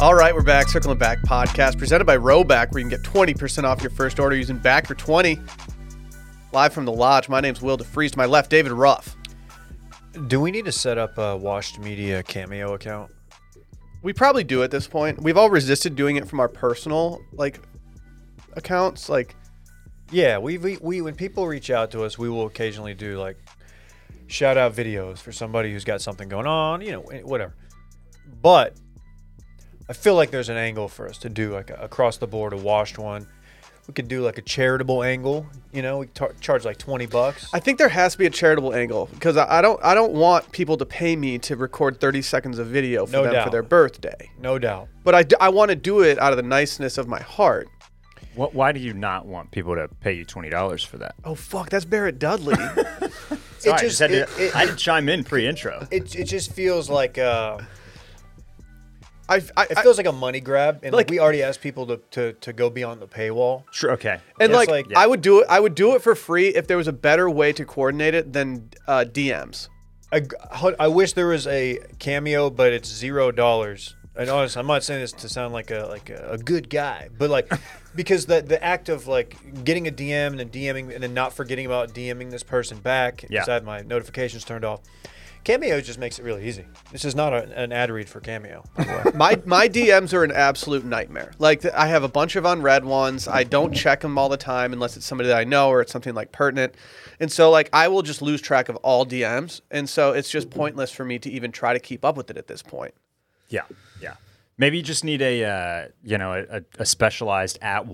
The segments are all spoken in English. All right, we're back. Circling Back podcast presented by Roback, where you can get 20% off your first order using Back for 20. Live from the lodge, my name's Will DeFreeze. To my left, David Ruff. Do we need to set up a Washed Media Cameo account? We probably do at this point. We've all resisted doing it from our personal like accounts. Like, Yeah, we, we, we when people reach out to us, we will occasionally do like shout out videos for somebody who's got something going on, you know, eh, whatever. But I feel like there's an angle for us to do like a, across the board a washed one. We could do like a charitable angle, you know, we tar- charge like 20 bucks. I think there has to be a charitable angle because I, I don't I don't want people to pay me to record 30 seconds of video for No them for doubt. their birthday. no doubt. But I, want to do it out of the niceness of my heart. What, why do you not want people to pay you twenty dollars for that? Oh fuck, that's Barrett Dudley. Sorry, just- I just had to. it- it- I had to chime in pre-intro. It, it just feels like uh, I, I, I it feels like a money grab, and like, Like- we already asked people to, to, to go beyond the paywall. Sure. Okay. and It's like, like- I would do it. I would do it for free if there was a better way to coordinate it than uh, DMs. I, I wish there was a cameo, but it's zero dollars. And honestly, I'm not saying this to sound like a like a, a good guy, but like because the the act of like getting a DM and then DMing and then not forgetting about DMing this person back because Yeah. I had my notifications turned off. Cameo just makes it really easy. This is not a, an ad read for Cameo. by the way. My my DMs are an absolute nightmare. Like th- I have a bunch of unread ones. I don't check them all the time unless it's somebody that I know or it's something like pertinent. And so like I will just lose track of all DMs. And so it's just pointless for me to even try to keep up with it at this point. Yeah. Yeah. Maybe you just need a uh, you know a- a, a specialized at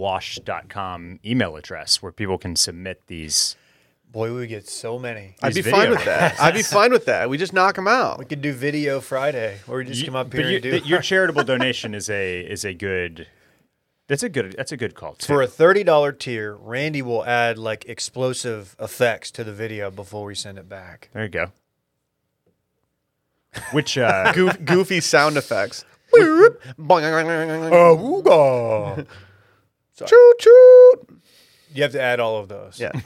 wash.com email address where people can submit these. Boy, we get so many. I'd be These fine video with that. I'd be fine with that. We just knock them out. We could do video Friday, or we just You- come up but here you- and do th- your charitable donation is a is a good. That's a good. That's a good call too. For a thirty dollar tier, Randy will add like explosive effects to the video before we send it back. there you go. Which uh, Goof, goofy sound effects. Uh, Choo choo. You have to add all of those. Yeah.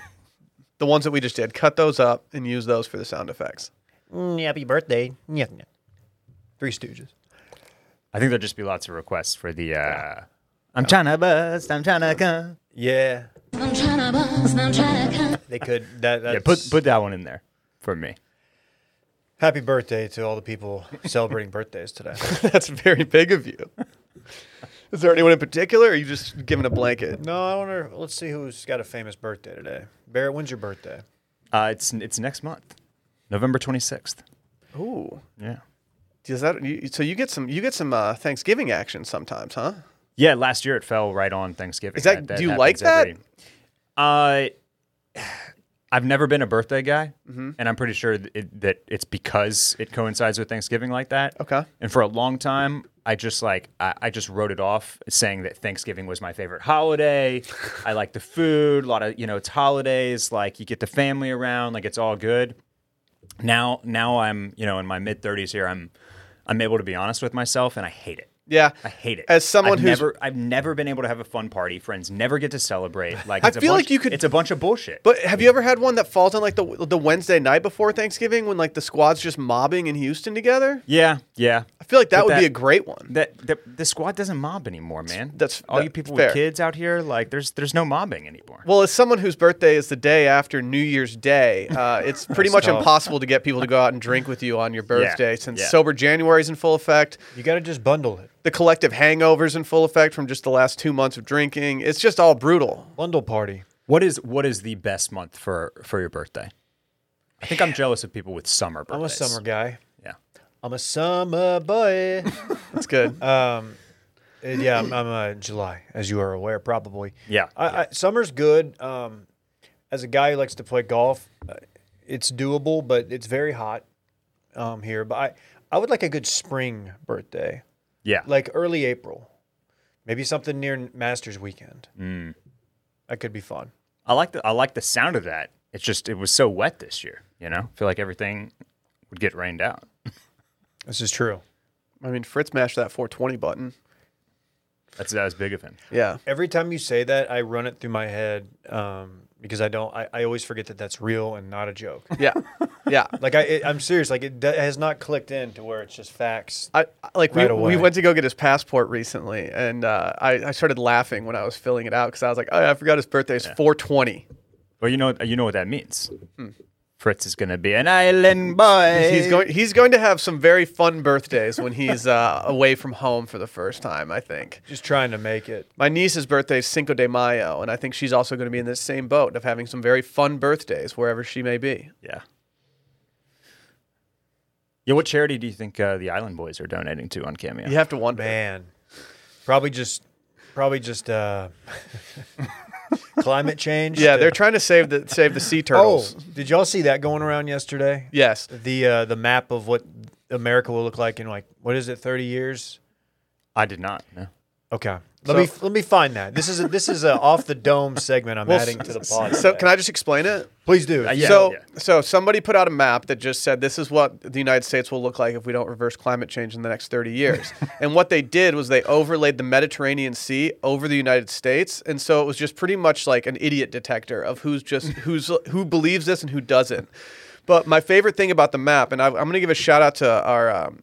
The ones that we just did, cut those up and use those for the sound effects. Mm, happy birthday. Yeah. Three Stooges. I think there'll just be lots of requests for the. Uh, I'm trying to bust. I'm trying to come. Yeah, I'm tryna bust, I'm tryna cut. they could. That that's, Yeah, put put that one in there for me. happy birthday to all the people celebrating birthdays today. That's very big of you. Is there anyone in particular, or are you just giving a blanket? No, I wonder. Let's see who's got a famous birthday today. Barrett, when's your birthday? Uh, it's it's next month, November 26th. Ooh, Yeah. does that? You, so you get some, you get some uh, Thanksgiving action sometimes, huh? Yeah, last year it fell right on Thanksgiving. Is that- do you like happens every- uh, I've never been a birthday guy, Mm-hmm. and I'm pretty sure that, it, that it's because it coincides with Thanksgiving like that. Okay. And for a long time, I just like I, I just wrote it off, saying that Thanksgiving was my favorite holiday. I like the food, a lot of you know, it's holidays. Like you get the family around, like it's all good. Now, now I'm you know in my mid 30s here. I'm I'm able to be honest with myself, and I hate it. Yeah, I hate it. As someone I've who's- never, I've never been able to have a fun party. Friends never get to celebrate. Like I it's a feel bunch- like you could- It's a bunch of bullshit. But have you ever had one that falls on like the the Wednesday night before Thanksgiving when like the squad's just mobbing in Houston together? yeah, yeah. I feel like that But would be that- a great one. That, that the squad doesn't mob anymore, man. That's- all you that's people fair. with kids out here. Like there's there's no mobbing anymore. Well, as someone whose birthday is the day after New Year's Day, uh, it's pretty much tough. impossible to get people to go out and drink with you on your birthday since yeah. sober January's in full effect. You got to just bundle it. the collective hangovers in full effect from just the last two months of drinking. It's just all brutal. Bundle party. What is what is the best month for for your birthday? I think I'm jealous of people with summer I'm a birthdays. summer guy. Yeah. I'm a summer boy. It's good. Um, uh, yeah, I'm, I'm uh, July, as you are aware, probably. Yeah, I, I, summer's good. Um, as a guy who likes to play golf, uh, it's doable, but it's very hot um, here. But I, I would like a good spring birthday, Yeah. like early April, maybe something near Masters weekend. That could be fun. I like the I like the sound of that. It's just it was so wet this year. You know, I feel like everything would get rained out. This is true. I mean, Fritz mashed that 420 button. That's that was big of him. Yeah. Every time you say that, I run it through my head um, because I don't. I, I always forget that that's real and not a joke. Yeah. yeah. Like I, it, I'm serious. Like it, d- has not clicked in to where it's just facts. I, I- like we, Right away. we went to go get his passport recently, and uh, I, I started laughing when I was filling it out because I was like, oh, yeah, I forgot his birthday is 420. Well, you know, you know what that means. Fritz is going to be an island boy. Hmm. Eh. He's going. He's going to have some very fun birthdays when he's uh, away from home for the first time. I think Just trying to make it. my niece's birthday is Cinco de Mayo, and I think she's also going to be in this same boat of having some very fun birthdays wherever she may be. Yeah. Yeah. What charity do you think uh, the Island Boys are donating to on Cameo? You have to wonder. Man, probably just, probably just uh, climate change. Yeah, they're trying to save the save the sea Oh, turtles. did y'all see that going around yesterday? Yes, The uh, the map of what America will look like in like what is it, 30 years? I did not. No. Okay. Let me let me find that. This is a, this is a off the dome segment I'm adding to the pod. So today. can I Uh, just explain it? please do? yeah. so yeah. so somebody put out a map that just said this is what the United States will look like if we don't reverse climate change in the next 30 years. and what they did was they overlaid the Mediterranean Sea over the United States and so it was just pretty much like an idiot detector of who's just who's who believes this and who doesn't. But my favorite thing about the map and I, I'm going to give a shout out to our um,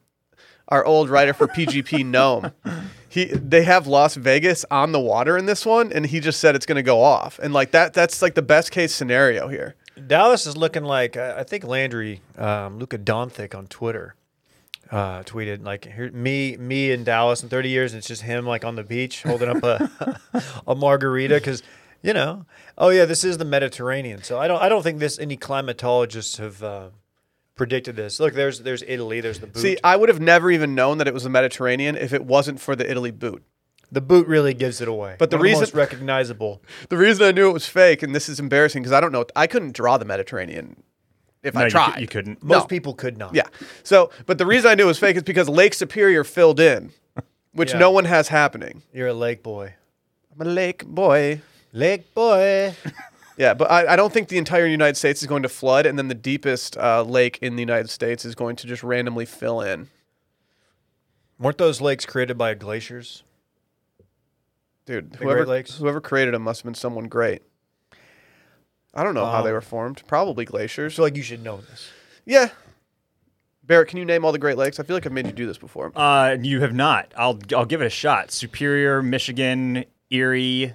our old writer for PGP Gnome. He they have Las Vegas on the water in this one and he just said it's going to go off. And like that that's like the best case scenario here. Dallas is looking like I I think Landry um, Luca Donthick on Twitter uh, tweeted like here, me me in Dallas in 30 years and it's just him like on the beach holding up a a margarita because you know oh yeah this is the Mediterranean so I don't I don't think this any climatologists have uh, predicted this look there's there's Italy there's the boot See, I would have never even known that it was the Mediterranean if it wasn't for the Italy boot. the boot really gives it away But the One of reason- most recognizable The reason I knew it was fake, and this is embarrassing because I don't know, I couldn't draw the Mediterranean if No, I you cou- tried. you couldn't. most No. people could not Yeah. So, but the reason I knew it was fake is because Lake Superior filled in, which Yeah. no one has happening. you're a lake boy I'm a lake boy. lake boy Yeah, but I, I don't think the entire United States is going to flood, and then the deepest uh, lake in the United States is going to just randomly fill in. weren't those lakes created by glaciers Dude, Great whoever Lakes? whoever created them must have been someone great. I don't know how they were formed. Probably glaciers. so like you should know this. Yeah. Barrett, can you name all the Great Lakes? I feel like I've made you do this before. Uh, you have not. I'll I'll give it a shot. Superior, Michigan, Erie,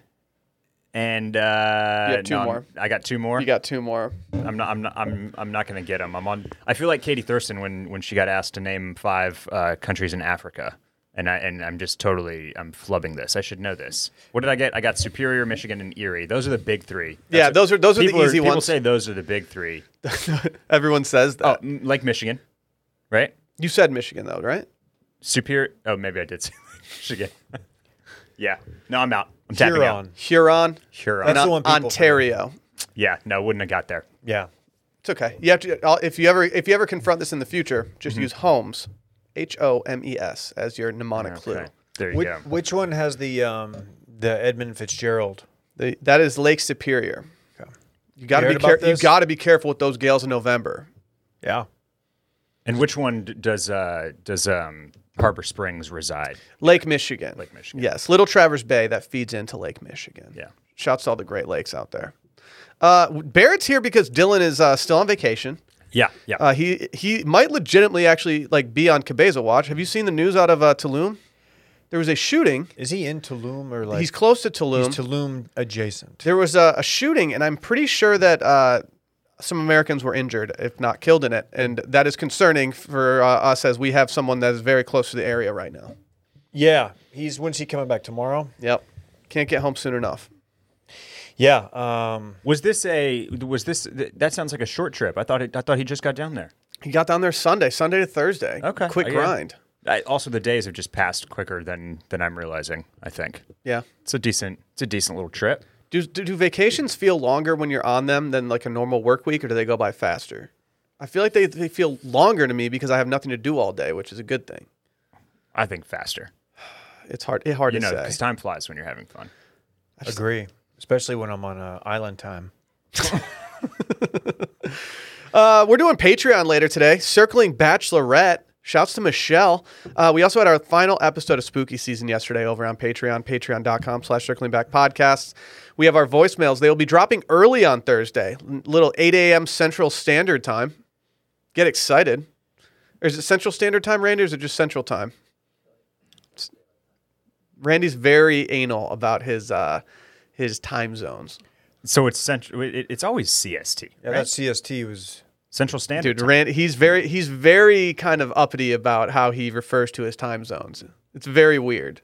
and uh, You have two no, I'm- more. I got two more. You got two more. I'm not. I'm not. I'm. I'm not gonna get them. I'm on. I feel like Katie Thurston when when she got asked to name five uh, countries in Africa, and I and I'm just totally. I'm flubbing this. I should know this. What did I get? I got Superior, Michigan, and Erie. Those are the big three. yeah, those are those are people the easy people ones. say those are the big three. Everyone says that. Oh, m- like Michigan, right? You said Michigan though, right? Superior. Oh, maybe I did say Michigan. yeah. No, I'm out. I'm tapping out. Huron. Huron, Huron. and That's the O- one people Ontario. Yeah. No, wouldn't have got there. Yeah. It's okay. You have to I'll- if you ever if you ever confront this in the future, just use Holmes, H O M E S, as your mnemonic clue. Okay. There you Which, go. which one has the um, the Edmund Fitzgerald? The, that is Lake Superior. You got to You be heard about careful. You this? got to be careful with those gales in November. Yeah. And which one d- does uh does um Harbor Springs reside? Lake Michigan. Lake Michigan. Yes, Little Traverse Bay that feeds into Lake Michigan. Yeah. Shouts to all the Great Lakes out there. Uh, Barrett's here because Dylan is uh, still on vacation. Yeah, yeah. Uh, he he might legitimately actually like be on Cabeza watch. Have you seen the news out of uh, Tulum? There was a shooting. Is he in Tulum or like He's close to Tulum. he's Tulum adjacent? there was a, a shooting, and I'm pretty sure that uh, some Americans were injured, if not killed in it, and that is concerning for uh, us as we have someone that is very close to the area right now. Yeah. He's when's he coming back tomorrow? Yep, can't get home soon enough. Yeah. Um, was this a was this th- that sounds like a short trip? I thought it, I thought he just got down there. He got down there Sunday, Sunday to Thursday. Okay. Quick Yeah. grind. I, also, the days have just passed quicker than than I'm realizing. I think Yeah. it's a decent it's a decent little trip. Do, do, do vacations feel longer when you're on them than like a normal work week or do they go by faster? I feel like they, they feel longer to me because I have nothing to do all day, which is a good thing. I think faster, It's hard. It's hard you know, to because say. time flies when you're having fun. agree. Especially when I'm on uh, island time. Uh, we're doing Patreon later today. Circling Bachelorette. Shouts to Michelle. Uh, we also had our final episode of Spooky Season yesterday over on Patreon, patreon.com slash circling back podcasts. We have our voicemails. They will be dropping early on Thursday, little 8 a.m. Central Standard Time. Get excited. Or is it Central Standard Time, Randy, or is it just Central Time? It's- Randy's very anal about his uh, his time zones. So it's central. It, it's always CST, Yeah, right? that CST was Central Standard. Dude, Time. Rand, he's very he's very kind of uppity about how he refers to his time zones. It's very weird.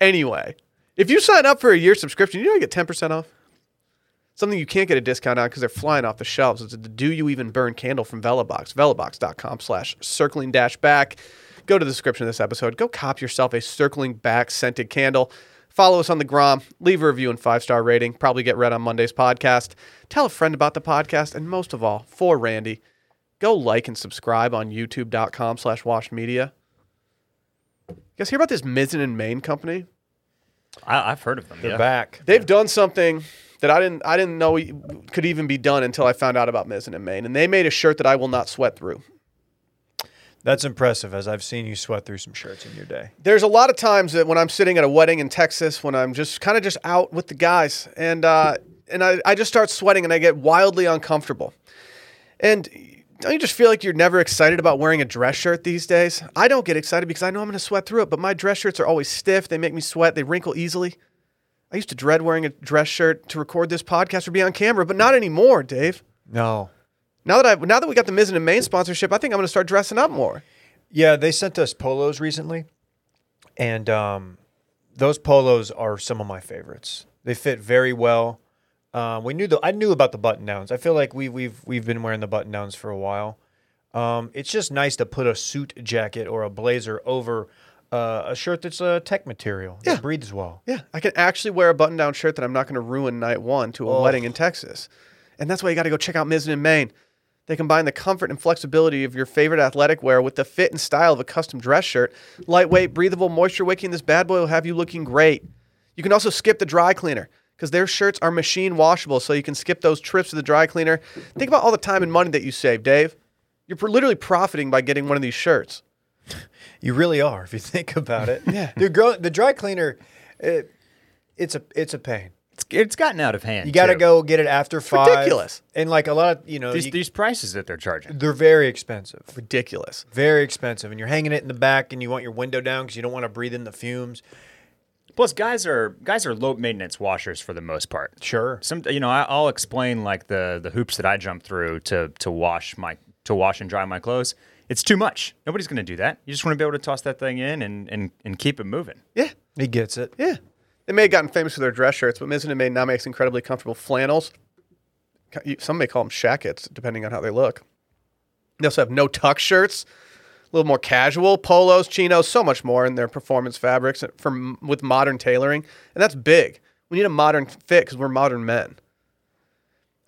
Anyway, if you sign up for a year subscription, you know you get ten percent off. Something you can't get a discount on because they're flying off the shelves. It's the Do You Even Burn candle from Velobox. Velobox.com slash circling dash back. Go to the description of this episode. Go cop yourself a circling back scented candle. Follow us on the Grom. Leave a review and five star rating. Probably get read on Monday's podcast. Tell a friend about the podcast. And most of all, for Randy, go like and subscribe on youtube.com slash washed media. You guys hear about this Mizzen and Main company? I, I've heard of them. they're yeah. back. They've done something that I didn't I didn't know e, could even be done until I found out about Mizzen and Main, and they made a shirt that I will not sweat through. That's impressive, as I've seen you sweat through some shirts in your day. There's a lot of times that when I'm sitting at a wedding in Texas, when I'm just kind of just out with the guys, and uh, and I, I just start sweating and I get wildly uncomfortable. And don't you just feel like you're never excited about wearing a dress shirt these days? I don't get excited because I know I'm going to sweat through it, but my dress shirts are always stiff. They make me sweat. They wrinkle easily. I used to dread wearing a dress shirt to record this podcast or be on camera, but not anymore, Dave. No. Now that I now that we got the Mizzen and Main sponsorship, I think I'm going to start dressing up more. Yeah, they sent us polos recently, and um, those polos are some of my favorites. They fit very well. Um, we knew the I knew about the button downs. I feel like we we've we've been wearing the button downs for a while. Um, it's just nice to put a suit jacket or a blazer over uh, a shirt that's a tech material. that Yeah. breathes well. Yeah, I can actually wear a button-down shirt that I'm not going to ruin night one to a wedding in Texas, and that's why you got to go check out Mizzen and Maine. They combine the comfort and flexibility of your favorite athletic wear with the fit and style of a custom dress shirt. Lightweight, breathable, moisture wicking. This bad boy will have you looking great. You can also skip the dry cleaner because their shirts are machine washable, so you can skip those trips to the dry cleaner. Think about all the time and money that you save, Dave. You're pr- literally profiting by getting one of these shirts. You really are, if you think about it. yeah, the gro- the dry cleaner, it, it's a it's a pain. It's, it's gotten out of hand. You got to too. go get it after five. ridiculous. And like a lot of you know, These, you- these prices that they're charging. they're very expensive. Ridiculous. Very expensive, and you're hanging it in the back, and you want your window down because you don't want to breathe in the fumes. Plus, guys are guys are low maintenance washers for the most part. Sure. Some, you know, I, I'll explain like the the hoops that I jump through to to wash my to wash and dry my clothes. It's too much. Nobody's going to do that. You just want to be able to toss that thing in and and and keep it moving. Yeah. He gets it. Yeah. They may have gotten famous for their dress shirts, but Mizzen and Maid now makes incredibly comfortable flannels. Ca- you- Some may call them shackets, depending on how they look. They also have no tuck shirts, a little more casual, polos, chinos, so much more in their performance fabrics from with modern tailoring, and that's big. We need a modern fit because we're modern men.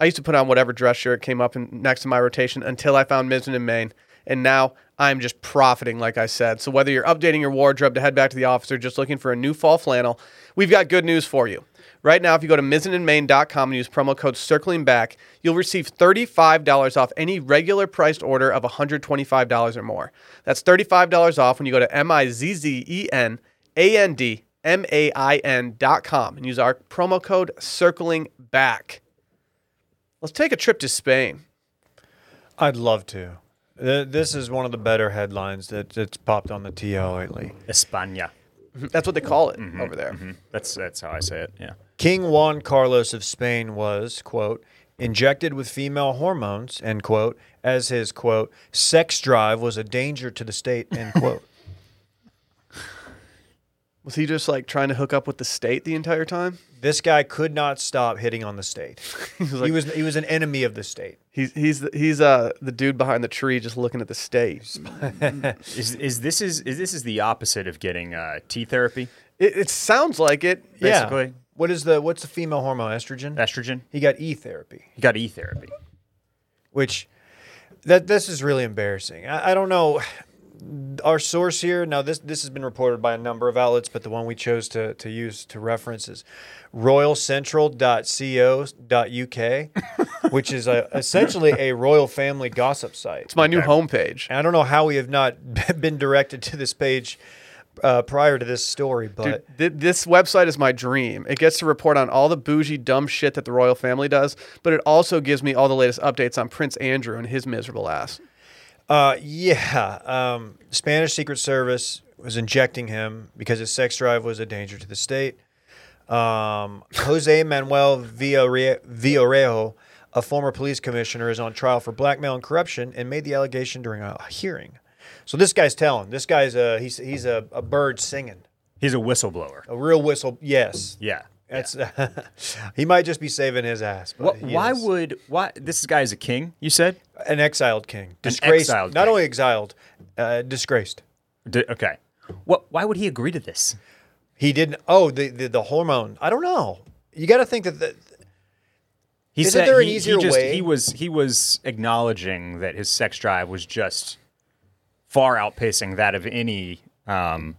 I used to put on whatever dress shirt came up in, next to my rotation until I found Mizzen and Maine, and now I'm just profiting, like I said. So whether you're updating your wardrobe to head back to the office or just looking for a new fall flannel, we've got good news for you. Right now, if you go to mizzenandmain.com and use promo code circling back, you'll receive $35 off any regular priced order of $125 or more. That's $35 off when you go to M-I-Z-Z-E-N A-N-D-M-A-I-N dot com and use our promo code circling back. Let's take a trip to Spain. I'd love to. Th- This is one of the better headlines that, that's popped on the TL lately. España. That's what they call it over there. That's that's how I say it. Yeah. King Juan Carlos of Spain was, quote, injected with female hormones, end quote, as his, quote, sex drive was a danger to the state, end quote. Was he just like trying to hook up with the state the entire time? this guy could not stop hitting on the state. he, was, he was an enemy of the state. He's he's the, he's uh the dude behind the tree just looking at the state. Is, is this is, is this is the opposite of getting uh, tea therapy? It, it sounds like it. Yeah. Basically. What is the, what's the female hormone? Estrogen? Estrogen. He got E therapy, You got e therapy. which that this is really embarrassing. I, I don't know. Our source here now this this has been reported by a number of outlets, but the one we chose to to use to reference is royalcentral.co.uk, which is a, essentially a royal family gossip site. It's my new homepage. And I don't know how we have not been directed to this page uh, prior to this story, but. Dude, th- this website is my dream. It gets to report on all the bougie, dumb shit that the royal family does, but it also gives me all the latest updates on Prince Andrew and his miserable ass. Uh, yeah. Um, Spanish Secret Service was injecting him because his sex drive was a danger to the state. Um, Jose Manuel Villare- Villarejo, a former police commissioner, is on trial for blackmail and corruption and made the allegation during a hearing. So this guy's telling. This guy's a he's he's a, a bird singing, He's a whistleblower. a real whistle. Yes. Yeah. That's he might just be saving his ass. But Wh- he why is would why this guy is a king? You said an exiled king disgraced? exiled not king. only exiled, uh, disgraced. D- okay. What? Why would he agree to this? He didn't. Oh, the the, the hormone. I don't know. You got to think that the, He Isn't there an he, easier he just, way? He was he was acknowledging that his sex drive was just far outpacing that of any um,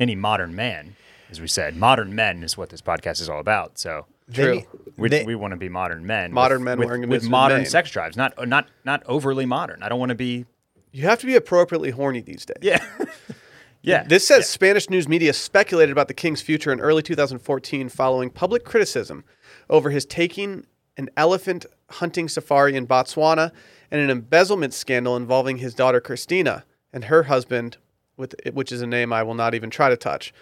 any modern man, as we said. Modern men is what this podcast is all about. So they True. need- we, they- we want to be modern men. Modern with, men with, wearing a with business modern name. sex drives, not not not overly modern. I don't want to be You have to be appropriately horny these days. yeah yeah. This says Spanish news media speculated about the king's future in early 2014 following public criticism over his taking an elephant hunting safari in Botswana and an embezzlement scandal involving his daughter Christina and her husband, with, which is a name I will not even try to touch.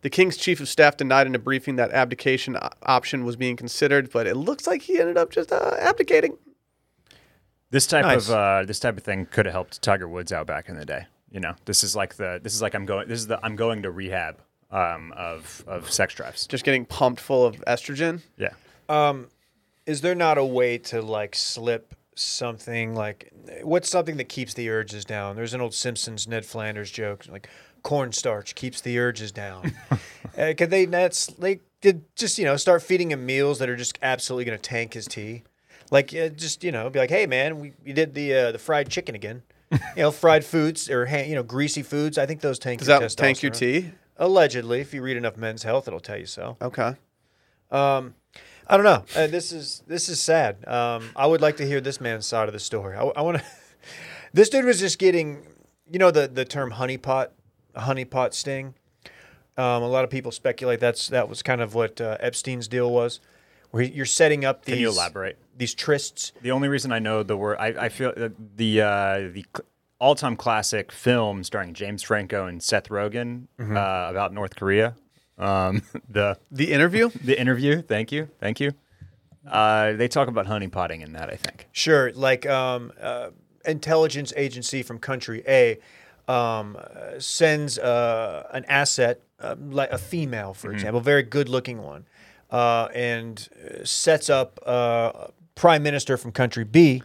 The king's chief of staff denied in a briefing that abdication o- option was being considered, but it looks like he ended up just uh, abdicating. This type Nice. of uh, this type of thing could have helped Tiger Woods out back in the day. You know, this is like the this is like I'm going this is the I'm going to rehab um, of of sex drives. Just getting pumped full of estrogen. Yeah, is there not a way to like slip something like what's something that keeps the urges down? There's an old Simpsons Ned Flanders joke like cornstarch keeps the urges down. uh, could they that's they could just you know start feeding him meals that are just absolutely going to tank his tea? Like uh, just you know be like, hey man, we, we did the uh, the fried chicken again. you know, fried foods or ha- you know greasy foods. I think those tank Does your that tank your testosterone. tea? Allegedly, if you read enough Men's Health, it'll tell you so. Okay. I don't know. Uh, this is this is sad. Um, I would like to hear this man's side of the story. I, want to. this dude was just getting, you know, the the term honeypot, honeypot sting. Um, a lot of people speculate that's that was kind of what uh, Epstein's deal was, where you're setting up these. Can you elaborate? These trysts. the only reason I know the word I, I feel that the uh, the cl- all-time classic film starring James Franco and Seth Rogen uh, about North Korea. Um, the The interview? the interview. Thank you, thank you. Uh, they talk about honey potting in that. I think. Sure, like um, uh, intelligence agency from country A um, uh, sends uh, an asset, uh, like a female, for Mm-hmm. example, a very good-looking one, uh, and uh, sets up uh, a prime minister from country B.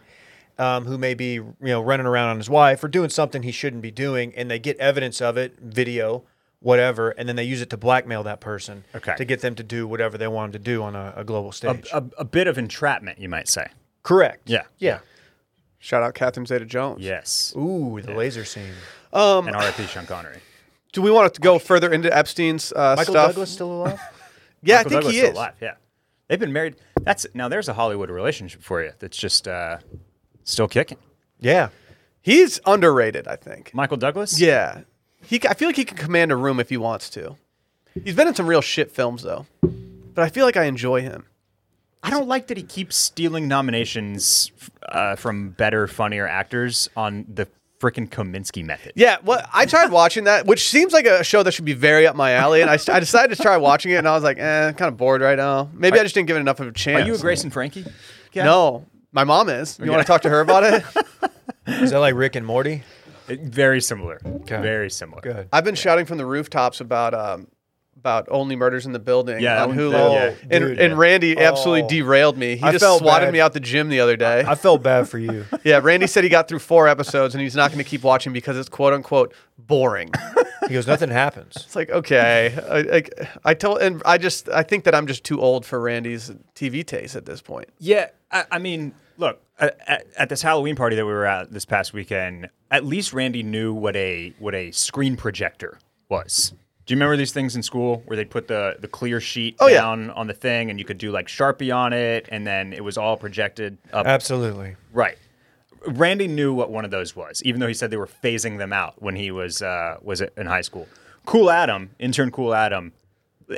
Um, who may be you know running around on his wife or doing something he shouldn't be doing, and they get evidence of it, video, whatever, and then they use it to blackmail that person Okay. to get them to do whatever they want them to do on a, a global stage. A, a bit of entrapment, you might say. Correct. Yeah. Yeah. Shout out Catherine Zeta-Jones. Yes. Ooh, the laser scene. and R.I.P. Sean Connery. Do we want to go further into Epstein's uh, Michael stuff? Douglas still alive? Yeah, Michael I think Douglas he still is. Alive. Yeah, they've been married. That's now. There's a Hollywood relationship for you. That's just uh, still kicking. yeah. He's underrated, I think. Michael Douglas. Yeah, he. ca- I feel like he can command a room if he wants to. He's been in some real shit films though, but I feel like I enjoy him. I don't like that he keeps stealing nominations uh, from better, funnier actors on the freaking Kominsky method. Yeah, well, I tried watching that, which seems like a show that should be very up my alley, and I, s- I decided to try watching it, and I was like, eh, kind of bored right now. Maybe I just didn't give it enough of a chance. Are you a Grace and Frankie? guy? No, my mom is. You want to talk to her about it? Is that like Rick and Morty? It- Uh, very similar. Very similar. Good. I've been shouting from the rooftops about um, about only murders in the building Yeah, on that- Hulu, that- yeah. and, Dude, and yeah. Randy absolutely Oh. derailed me. He I just felt swatted bad. me out the gym the other day. I felt bad for you. yeah, Randy said he got through four episodes and he's not going to keep watching because it's quote unquote boring. He goes, nothing happens. It's like okay, I, I, I tell and I just I think that I'm just too old for Randy's TV taste at this point. Yeah, I, I mean, look, at, at, at this Halloween party that we were at this past weekend, at least Randy knew what a what a screen projector was. Do you remember these things in school where they'd put the, the clear sheet Oh, yeah. down on the thing and you could do like Sharpie on it and then it was all projected up? Absolutely. Right. Randy knew what one of those was, even though he said they were phasing them out when he was uh, was in high school. Cool Adam, intern Cool Adam,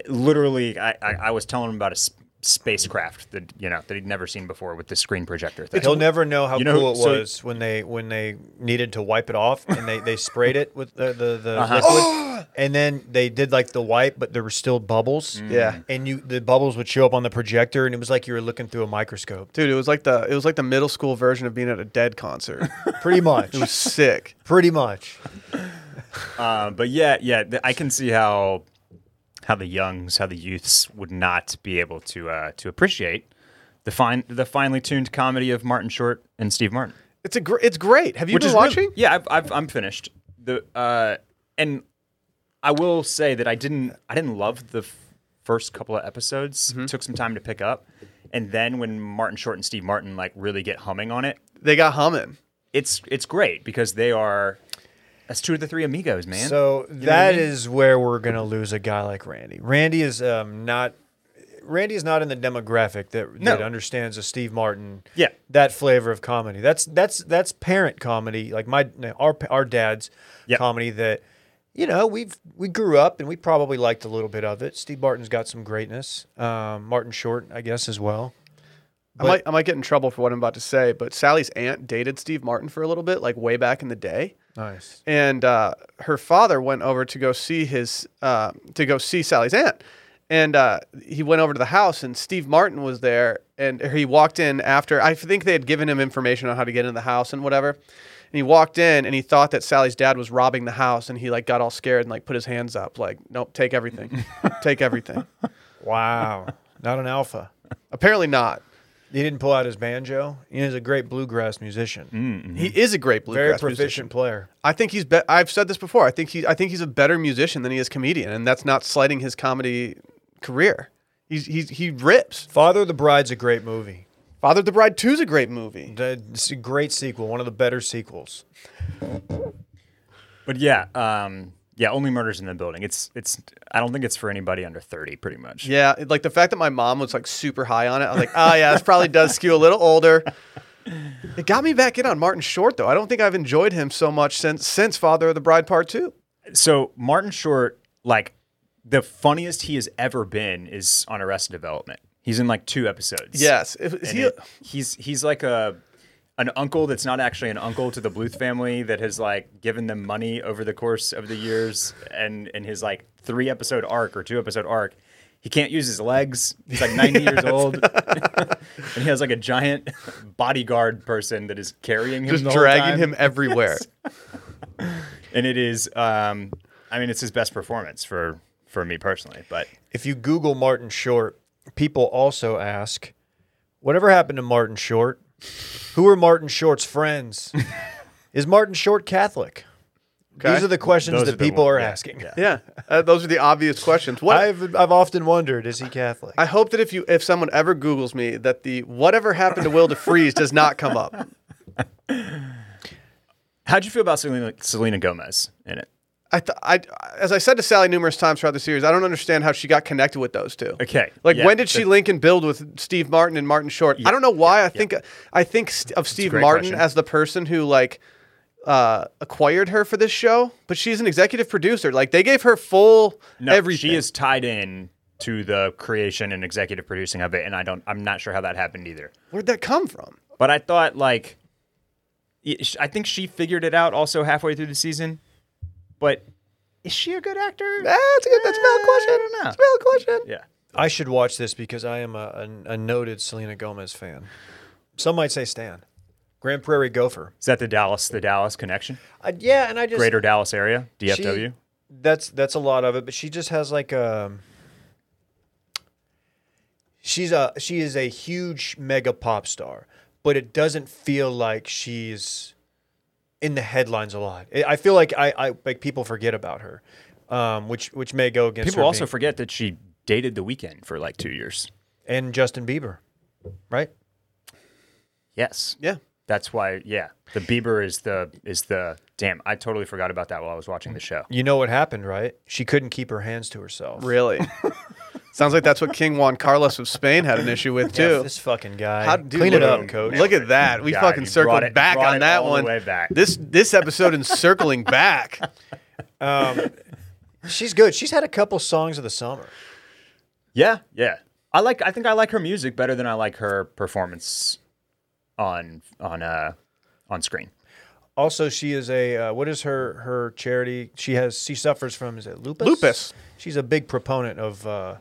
literally, I, I, I was telling him about a s- spacecraft that you know that he'd never seen before with the screen projector thing. He'll never know how You know, cool it so- was when they when they needed to wipe it off and they, they sprayed it with the the, the liquid and then they did like the wipe but there were still bubbles Yeah. and you the bubbles would show up on the projector and it was like you were looking through a microscope Dude, it was like the it was like the middle school version of being at a dead concert. pretty much It was sick. pretty much Uh, but yeah, yeah, th- I can see how how the youngs, how the youths would not be able to uh, to appreciate the fine the finely tuned comedy of Martin Short and Steve Martin. It's a gr- it's great. Have you been really- watching? yeah, I've, I've, I'm finished. The uh, and I will say that I didn't I didn't love the f- first couple of episodes. Mm-hmm. Took some time to pick up, and then when Martin Short and Steve Martin like really get humming on it, They got humming. it's it's great because they are that's two of the three amigos, man. so know what I that is mean? where we're gonna lose a guy like Randy Randy is um not Randy is not in the demographic that, No. that understands a Steve Martin Yeah. that flavor of comedy. That's that's that's parent comedy, like my our our dad's Yep. comedy that you know we've we grew up and we probably liked a little bit of it. Steve Martin's got some greatness. Um, Martin Short, I guess, as well. I might I might get in trouble for what I'm about to say, but Sally's aunt dated Steve Martin for a little bit, like way back in the day. Nice. and uh, her father went over to go see his uh, to go see Sally's aunt, and uh, he went over to the house, and Steve Martin was there, and he walked in after I think they had given him information on how to get into the house and whatever, and he walked in and he thought that Sally's dad was robbing the house, and he like got all scared and like put his hands up like nope take everything, take everything. Wow, not an alpha. Apparently not. He didn't pull out his banjo. He is a great bluegrass musician, Mm, He is a great very bluegrass proficient musician. player. I think he's. Be- I've said this before. I think he. I think he's a better musician than he is comedian, and that's not slighting his comedy career. He's, he's he rips. Father of the Bride's a great movie. Father of the Bride Two is a great movie. The- It's a great sequel, one of the better sequels. But yeah, um, yeah, only murders in the building. It's it's. I don't think it's for anybody under thirty, pretty much. Yeah, it- like the fact that my mom was like super high on it. I was like, oh yeah, this probably does skew a little older. It got me back in on Martin Short though. I don't think I've enjoyed him so much since since Father of the Bride Part Two. So Martin Short, like the funniest he has ever been, is on Arrested Development. He's in like two episodes. Yes, If- is And he- it- he's he's like a an uncle that's not actually an uncle to the Bluth family that has like given them money over the course of the years and in his like three episode arc or two episode arc. He can't use his legs. He's like 90 years old. and he has like a giant bodyguard person that is carrying him just the whole dragging time. him everywhere. And it is um I mean it's his best performance for for me personally, but If you Google Martin Short, people also ask, whatever happened to Martin Short? Who are Martin Short's friends? Is Martin Short Catholic? Okay. These are the questions Those that are the people one- are yeah, asking. yeah. yeah, uh, those are the obvious questions. What I've I've often wondered, is he Catholic? I hope that if you if someone ever Google's me, that the whatever happened to Will DeFreeze does not come up. how'd you feel about Selena, Selena Gomez in it? I, th- I as I said to Sally numerous times throughout the series, I don't understand how she got connected with those two. Okay, like yeah, when did she that- link and build with Steve Martin and Martin Short? I don't know why. I think I think st- of Steve great Martin question. as the person who like uh, acquired her for this show, but she's an executive producer. Like they gave her full No, everything. she is tied in to the creation and executive producing of it, and I don't. I'm not sure how that happened either. Where'd that come from? But I thought like, it- sh- I think she figured it out also halfway through the season. But is she a good actor? Eh, That's a good. That's a valid question. don't know. That's a valid question. Yeah. I should watch this because I am a, a, a noted Selena Gomez fan. Some might say Stan, Grand Prairie Gopher. Is that the Dallas, the Dallas connection, I, yeah, and I just Greater Dallas area, she- DFW? that's that's a lot of it, but she just has like a. She's a she is a huge mega pop star, but it doesn't feel like she's in the headlines a lot. I I feel like I, I like people forget about her, um, which which may go against People her also being- forget that she dated The Weeknd for like two years. and Justin Bieber, right? Yes. Yeah. That's why. Yeah. The Bieber is the is the damn. I totally forgot about that while I was watching the show. You know what happened, right? She couldn't keep her hands to herself. Really? Sounds like that's what King Juan Carlos of Spain had an issue with Yeah, too. this fucking guy. How- dude, Clean it look- up, coach. Look at that. We God, fucking you circled brought it- back brought on it that all the one. way back. This this episode in circling back. She's good. She's had a couple songs of the summer. Yeah. Yeah. I like. I think I like her music better than I like her performance on on uh on screen. Also, she is a uh, what is her her charity? She has she suffers from is it lupus? Lupus. She's a big proponent of uh,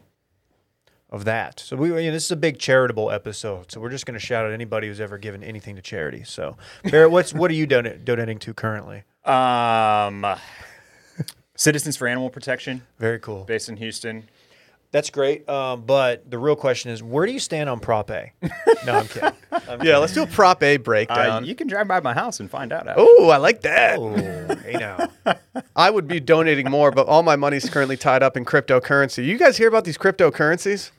of that. So we you know, this is a big charitable episode. So we're just going to shout out anybody who's ever given anything to charity. So Barrett, what's what are you don- donating to currently? Um, Citizens for Animal Protection, Very cool. based in Houston. That's great. Um, but the real question is, where do you stand on Prop A? No, I'm kidding. I'm Yeah, let's do a Prop A breakdown. Uh, you can drive by my house and find out. oh, I like that. kidding. hey now. I would be donating more, but all my money's currently tied up in cryptocurrency. You guys hear about these cryptocurrencies?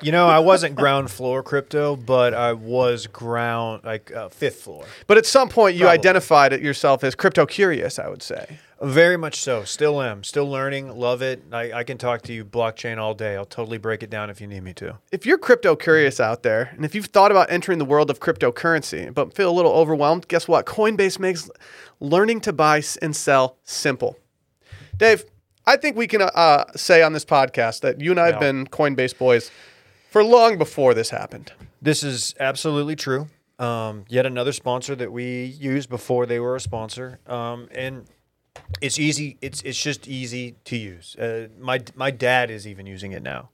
You know, I wasn't ground floor crypto, but I was ground like uh, fifth floor. But at some point, you Probably. identified it yourself as crypto curious. I would say. Very much so. Still am. Still learning. Love it. I, I can talk to you blockchain all day. I'll totally break it down if you need me to. If you're crypto curious out there, and if you've thought about entering the world of cryptocurrency but feel a little overwhelmed, guess what? Coinbase makes learning to buy s- and sell simple. Dave, I think we can uh, uh, say on this podcast that you and I have No. been Coinbase boys for long before this happened. This is absolutely true. Um, yet another sponsor that we used before they were a sponsor. Um, and it's easy. It's it's just easy to use. Uh, my my dad is even using it now.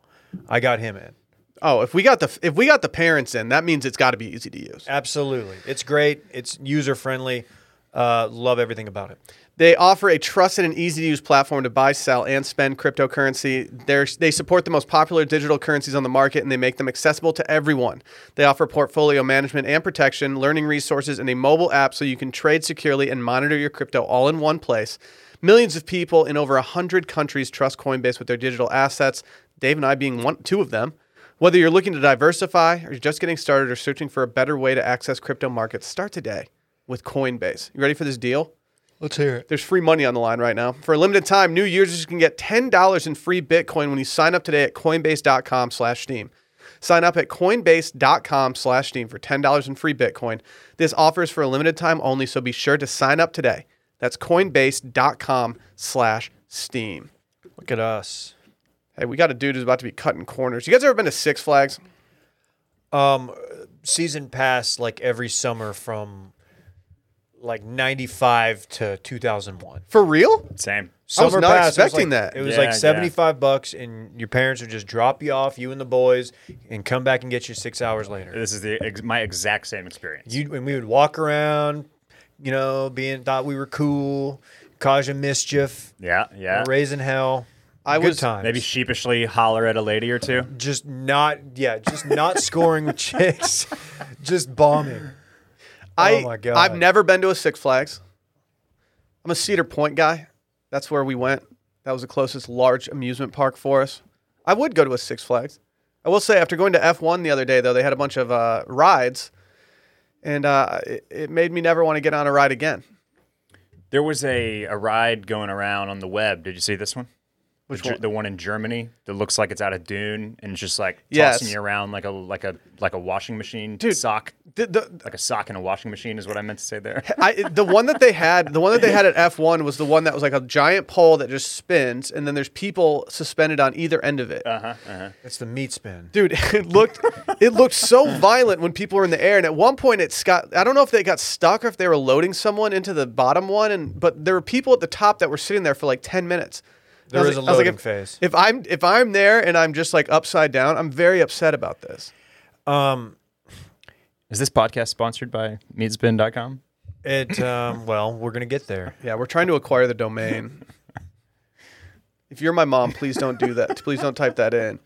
I got him in. Oh, if we got the if we got the parents in, that means it's got to be easy to use. Absolutely, it's great. It's user friendly. Uh, love everything about it. They offer a trusted and easy to use platform to buy, sell, and spend cryptocurrency. They're, they support the most popular digital currencies on the market and they make them accessible to everyone. They offer portfolio management and protection, learning resources, and a mobile app so you can trade securely and monitor your crypto all in one place. Millions of people in over 100 countries trust Coinbase with their digital assets, Dave and I being one, two of them. Whether you're looking to diversify or you're just getting started or searching for a better way to access crypto markets, start today with Coinbase. You ready for this deal? Let's hear it. There's free money on the line right now. For a limited time, new users can get $10 in free Bitcoin when you sign up today at coinbase.com slash Steam. Sign up at coinbase.com slash Steam for $10 in free Bitcoin. This offer is for a limited time only, so be sure to sign up today. That's coinbase.com slash Steam. Look at us. Hey, we got a dude who's about to be cutting corners. You guys ever been to Six Flags? Season pass like every summer from like ninety five to two thousand one. For real? Same. I was Summer not pass, it was expecting like- that. It was Yeah, like yeah. 75 bucks and your parents would just drop you off, you and the boys, and come back and get you 6 hours later. This is the ex- my exact same experience. You and we would walk around, you know, being thought we were cool, causing mischief, yeah, yeah. raising hell. I good was- times. Maybe sheepishly holler at a lady or two. just not yeah, just not scoring with chicks, just bombing. I, Oh my God. I've never been to a Six Flags. I'm a Cedar Point guy. That's where we went. That was the closest large amusement park for us. I would go to a Six Flags. I will say, after going to F1 the other day, though, they had a bunch of uh, rides, and uh, it, it made me never want to get on a ride again. There was a, a ride going around on the web. Did you see this one? Which the, one? The one in Germany that looks like it's out of Dune and it's just like Yes. tossing you around like a like a like a washing machine Dude. sock. The, the, Like a sock in a washing machine is what I meant to say there. I, the one that they had, the one that they had at F1 was the one that was like a giant pole that just spins, and then there's people suspended on either end of it. It's the meat spin. dude it looked it looked so violent when people were in the air and at one point it's got i don't know if they got stuck or if they were loading someone into the bottom one and but there were people at the top that were sitting there for like 10 minutes And There I was is like- a I was like, loading if- phase. if i'm if i'm there and i'm just like upside down i'm very upset about this Is this podcast sponsored by meatspin.com? It um, well, we're going to get there. yeah we're trying to acquire the domain if you're my mom please don't do that please don't type that in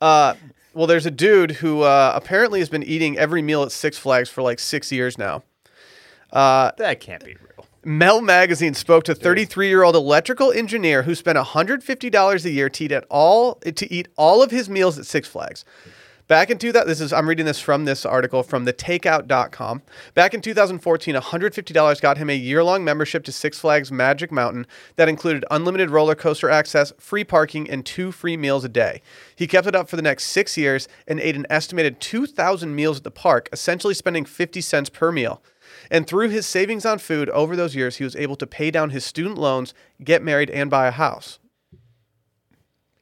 uh well, there's a dude who uh, apparently has been eating every meal at Six Flags for like six years now. That can't be real. Mel Magazine spoke to 33 year old electrical engineer who spent $150 a year to eat, at all, to eat all of his meals at Six Flags. Back in 2000, this is I'm reading this from this article from thetakeout.com. Back in 2014, $150 got him a year-long membership to Six Flags Magic Mountain that included unlimited roller coaster access, free parking, and two free meals a day. He kept it up for the next 6 years and ate an estimated 2,000 meals at the park, essentially spending 50 cents per meal. And through his savings on food over those years, he was able to pay down his student loans, get married, and buy a house.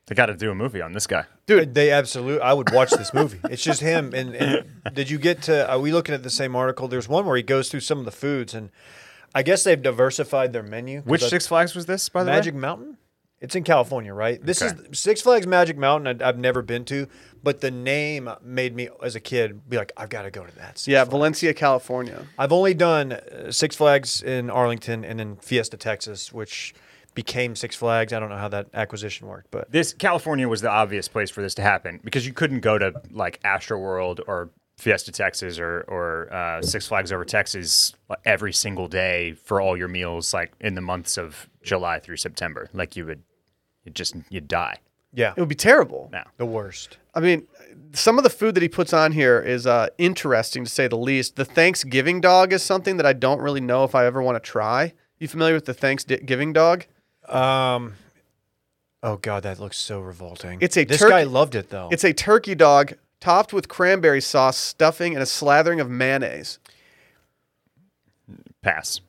They got to do a movie on this guy. dude. They absolutely. I would watch this movie. It's just him. And, and did you get to? Are we looking at the same article? There's one where he goes through some of the foods, and I guess they've diversified their menu. 'cause Which I- Six Flags was this, by the Magic way? Mountain? It's in California, right? This Okay. is Six Flags Magic Mountain. I, I've never been to, but the name made me as a kid be like, I've got to go to that. Six Yeah, Flags." Valencia, California. I've only done uh, Six Flags in Arlington and then Fiesta, Texas, which became Six Flags. I don't know how that acquisition worked, but This California was the obvious place for this to happen because you couldn't go to like Astro World or Fiesta Texas or or uh, Six Flags over Texas like, every single day for all your meals, like in the months of July through September. Like you would, you just you'd die. yeah, It would be terrible. No. the worst. I mean, some of the food that he puts on here is uh, interesting to say the least. The Thanksgiving dog is something that I don't really know if I ever want to try. You familiar with the Thanksgiving dog? Um, oh god, that looks so revolting. It's a this turkey- guy loved it though. It's a turkey dog topped with cranberry sauce, stuffing, and a slathering of mayonnaise. Pass.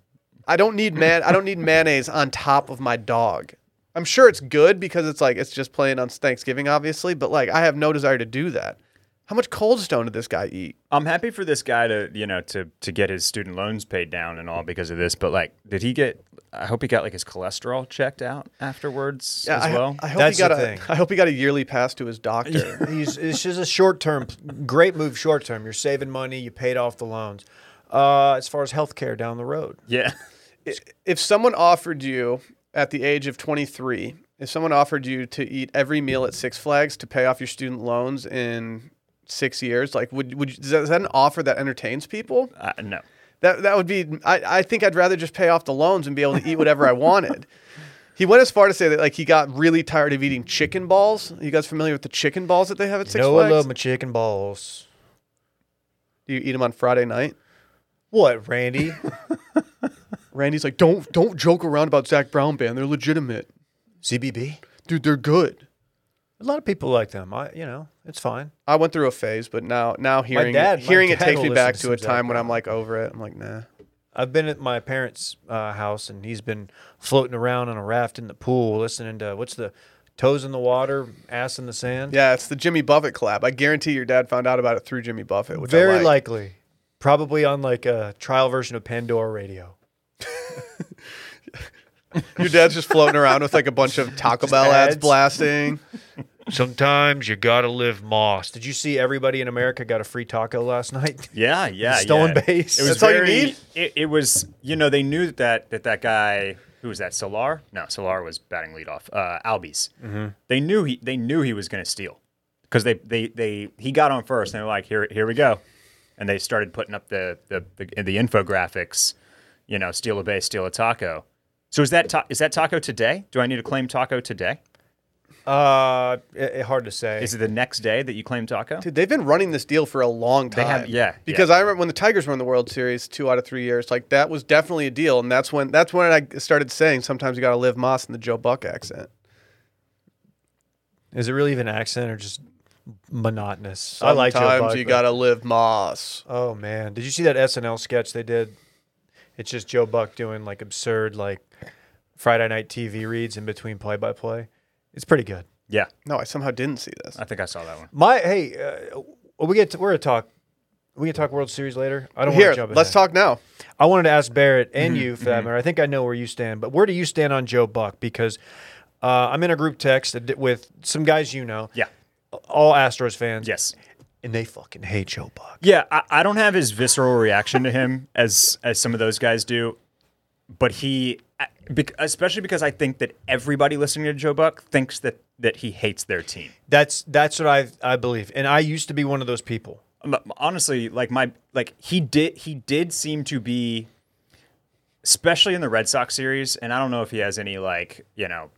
I don't need man. I don't need mayonnaise on top of my dog. I'm sure it's good because it's like it's just playing on Thanksgiving, obviously. But like, I have no desire to do that. How much Cold Stone did this guy eat? I'm happy for this guy to you know to to get his student loans paid down and all because of this. But like, did he get? I hope he got like his cholesterol checked out afterwards as I, well. I hope That's he got the a. I thing. hope he got a yearly pass to his doctor. He's, it's just a short term, great move. Short term, you're saving money. You paid off the loans. Uh, as far as healthcare down the road, yeah. if someone offered you at the age of 23, if someone offered you to eat every meal at Six Flags to pay off your student loans in six years, like would would you- is that, is that an offer that entertains people? Uh, no. That that would be. I, I think I'd rather just pay off the loans and be able to eat whatever I wanted. He went as far to say that like he got really tired of eating chicken balls. you guys familiar with the chicken balls that they have at Six no, I Flags? love my chicken balls. Do you eat them on Friday night? What, Randy? Randy's like, don't don't joke around about Zach Brown band. They're legitimate, CBB. dude. They're good. A lot of people like them. I, you know, it's fine. I went through a phase, but now now hearing dad- it, my hearing it dad takes will me listen back to to a some Zac time when Brown. I'm like over it. I'm like, nah. I've been at my parents' uh, house and he's been floating around on a raft in the pool, listening to what's the toes in the water, ass in the sand. Yeah, it's the Jimmy Buffett collab. I guarantee your dad found out about it through Jimmy Buffett, which I very like. likely, probably on like a trial version of Pandora Radio. your dad's just floating around with like a bunch of Taco Bell ads ads. blasting. Sometimes you gotta live moss. Did you see everybody in America got a free taco last night? Yeah, yeah, Stolen yeah. base. It was That's all you very- need? It, it was, you know, they knew that that that guy who was that Solar? No, Solar was batting leadoff. Uh, Albies. They knew he they knew he was going to steal because they they they he got on first and they were like, here here we go, and they started putting up the the the, the infographics, you know, steal a base, steal a taco. So is that ta- is that taco today? Do I need to claim taco today? Uh, it, it- hard to say. Is it the next day that you claim taco? Dude, they've been running this deal for a long time. have- yeah, Because yeah. I remember when the Tigers were in the World Series two out of three years, like that was definitely a deal, and that's when that's when I started saying sometimes you got to live Moss in the Joe Buck accent. Is it really even accent or just monotonous? I like Joe Sometimes Buck, you but- got to live Moss. Oh man, did you see that SNL sketch they did? It's just Joe Buck doing like absurd like Friday night TV reads in between play by play. It's pretty good. Yeah, No, I somehow didn't see this. I think I saw that one. My hey, uh, we get to, we're gonna talk. We can talk World Series later. I don't want Here, to jump. let's ahead. talk now. I wanted to ask Barrett and Mm-hmm, you for that matter. I think I know where you stand, but where do you stand on Joe Buck? Because uh, I'm in a group text that- with some guys you know. Yeah. All Astros fans. Yes. And they fucking hate Joe Buck. Yeah, I, I don't have his visceral reaction to him as as some of those guys do, but he, I- bec- especially because I think that everybody listening to Joe Buck thinks that that he hates their team. That's that's what I I believe, and I used to be one of those people. Um, Honestly, like my like he did he did seem to be, especially in the Red Sox series, and I don't know if he has any like you know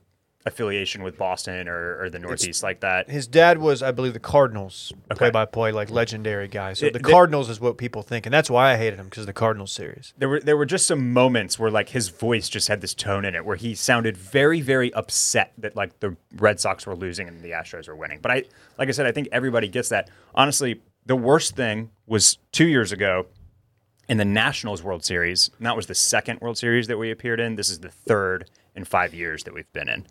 affiliation with Boston or, or the Northeast like that. His dad was, I believe, the Cardinals play-by-play, like legendary guy. So It- the they- Cardinals is what people think, and that's why I hated him because the Cardinals series. there were there were just some moments where like his voice just had this tone in it where he sounded very very upset that like the Red Sox were losing and the Astros were winning. But I like I said I think everybody gets that. Honestly, the worst thing was 2 years ago in the Nationals World Series. And that was the second World Series that we appeared in. This is the third in 5 years that we've been in.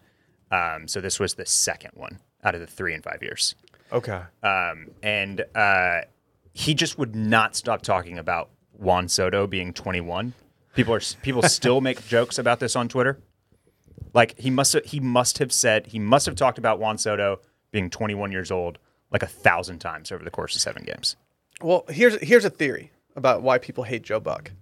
Um, so this was the second one out of the three in five years. Okay. Um, and uh, he just would not stop talking about Juan Soto being 21. People are people still make jokes about this on Twitter. Like he must he must have said he must have talked about Juan Soto being 21 years old like a thousand times over the course of seven games. Well, here's here's a theory about why people hate Joe Buck.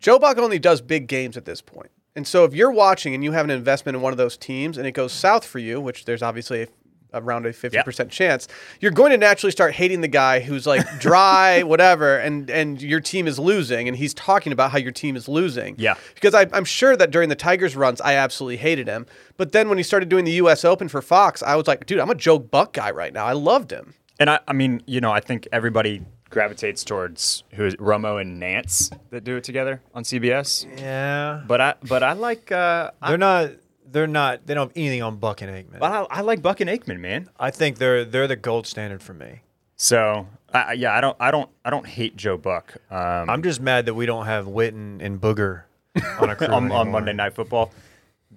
Joe Buck only does big games at this point. And so if you're watching and you have an investment in one of those teams and it goes south for you, which there's obviously a, around a 50% chance, you're going to naturally start hating the guy who's like dry, whatever, and and your team is losing and he's talking about how your team is losing. Yeah. Because I, I'm sure that during the Tigers runs, I absolutely hated him. But then when he started doing the U.S. Open for Fox, I was like, dude, I'm a Joe Buck guy right now. I loved him. And I, I mean, you know, I think everybody gravitates towards who is Romo and Nance that do it together on CBS. Yeah. But I but I like uh, I, They're not. They're not. They don't have anything on Buck and Aikman. I, I like Buck and Aikman, man. I think they're they're the gold standard for me. So I, I- yeah, I don't I don't I don't hate Joe Buck um, I'm just mad that we don't have Witten and Booger on a crew on, anymore. on Monday Night Football,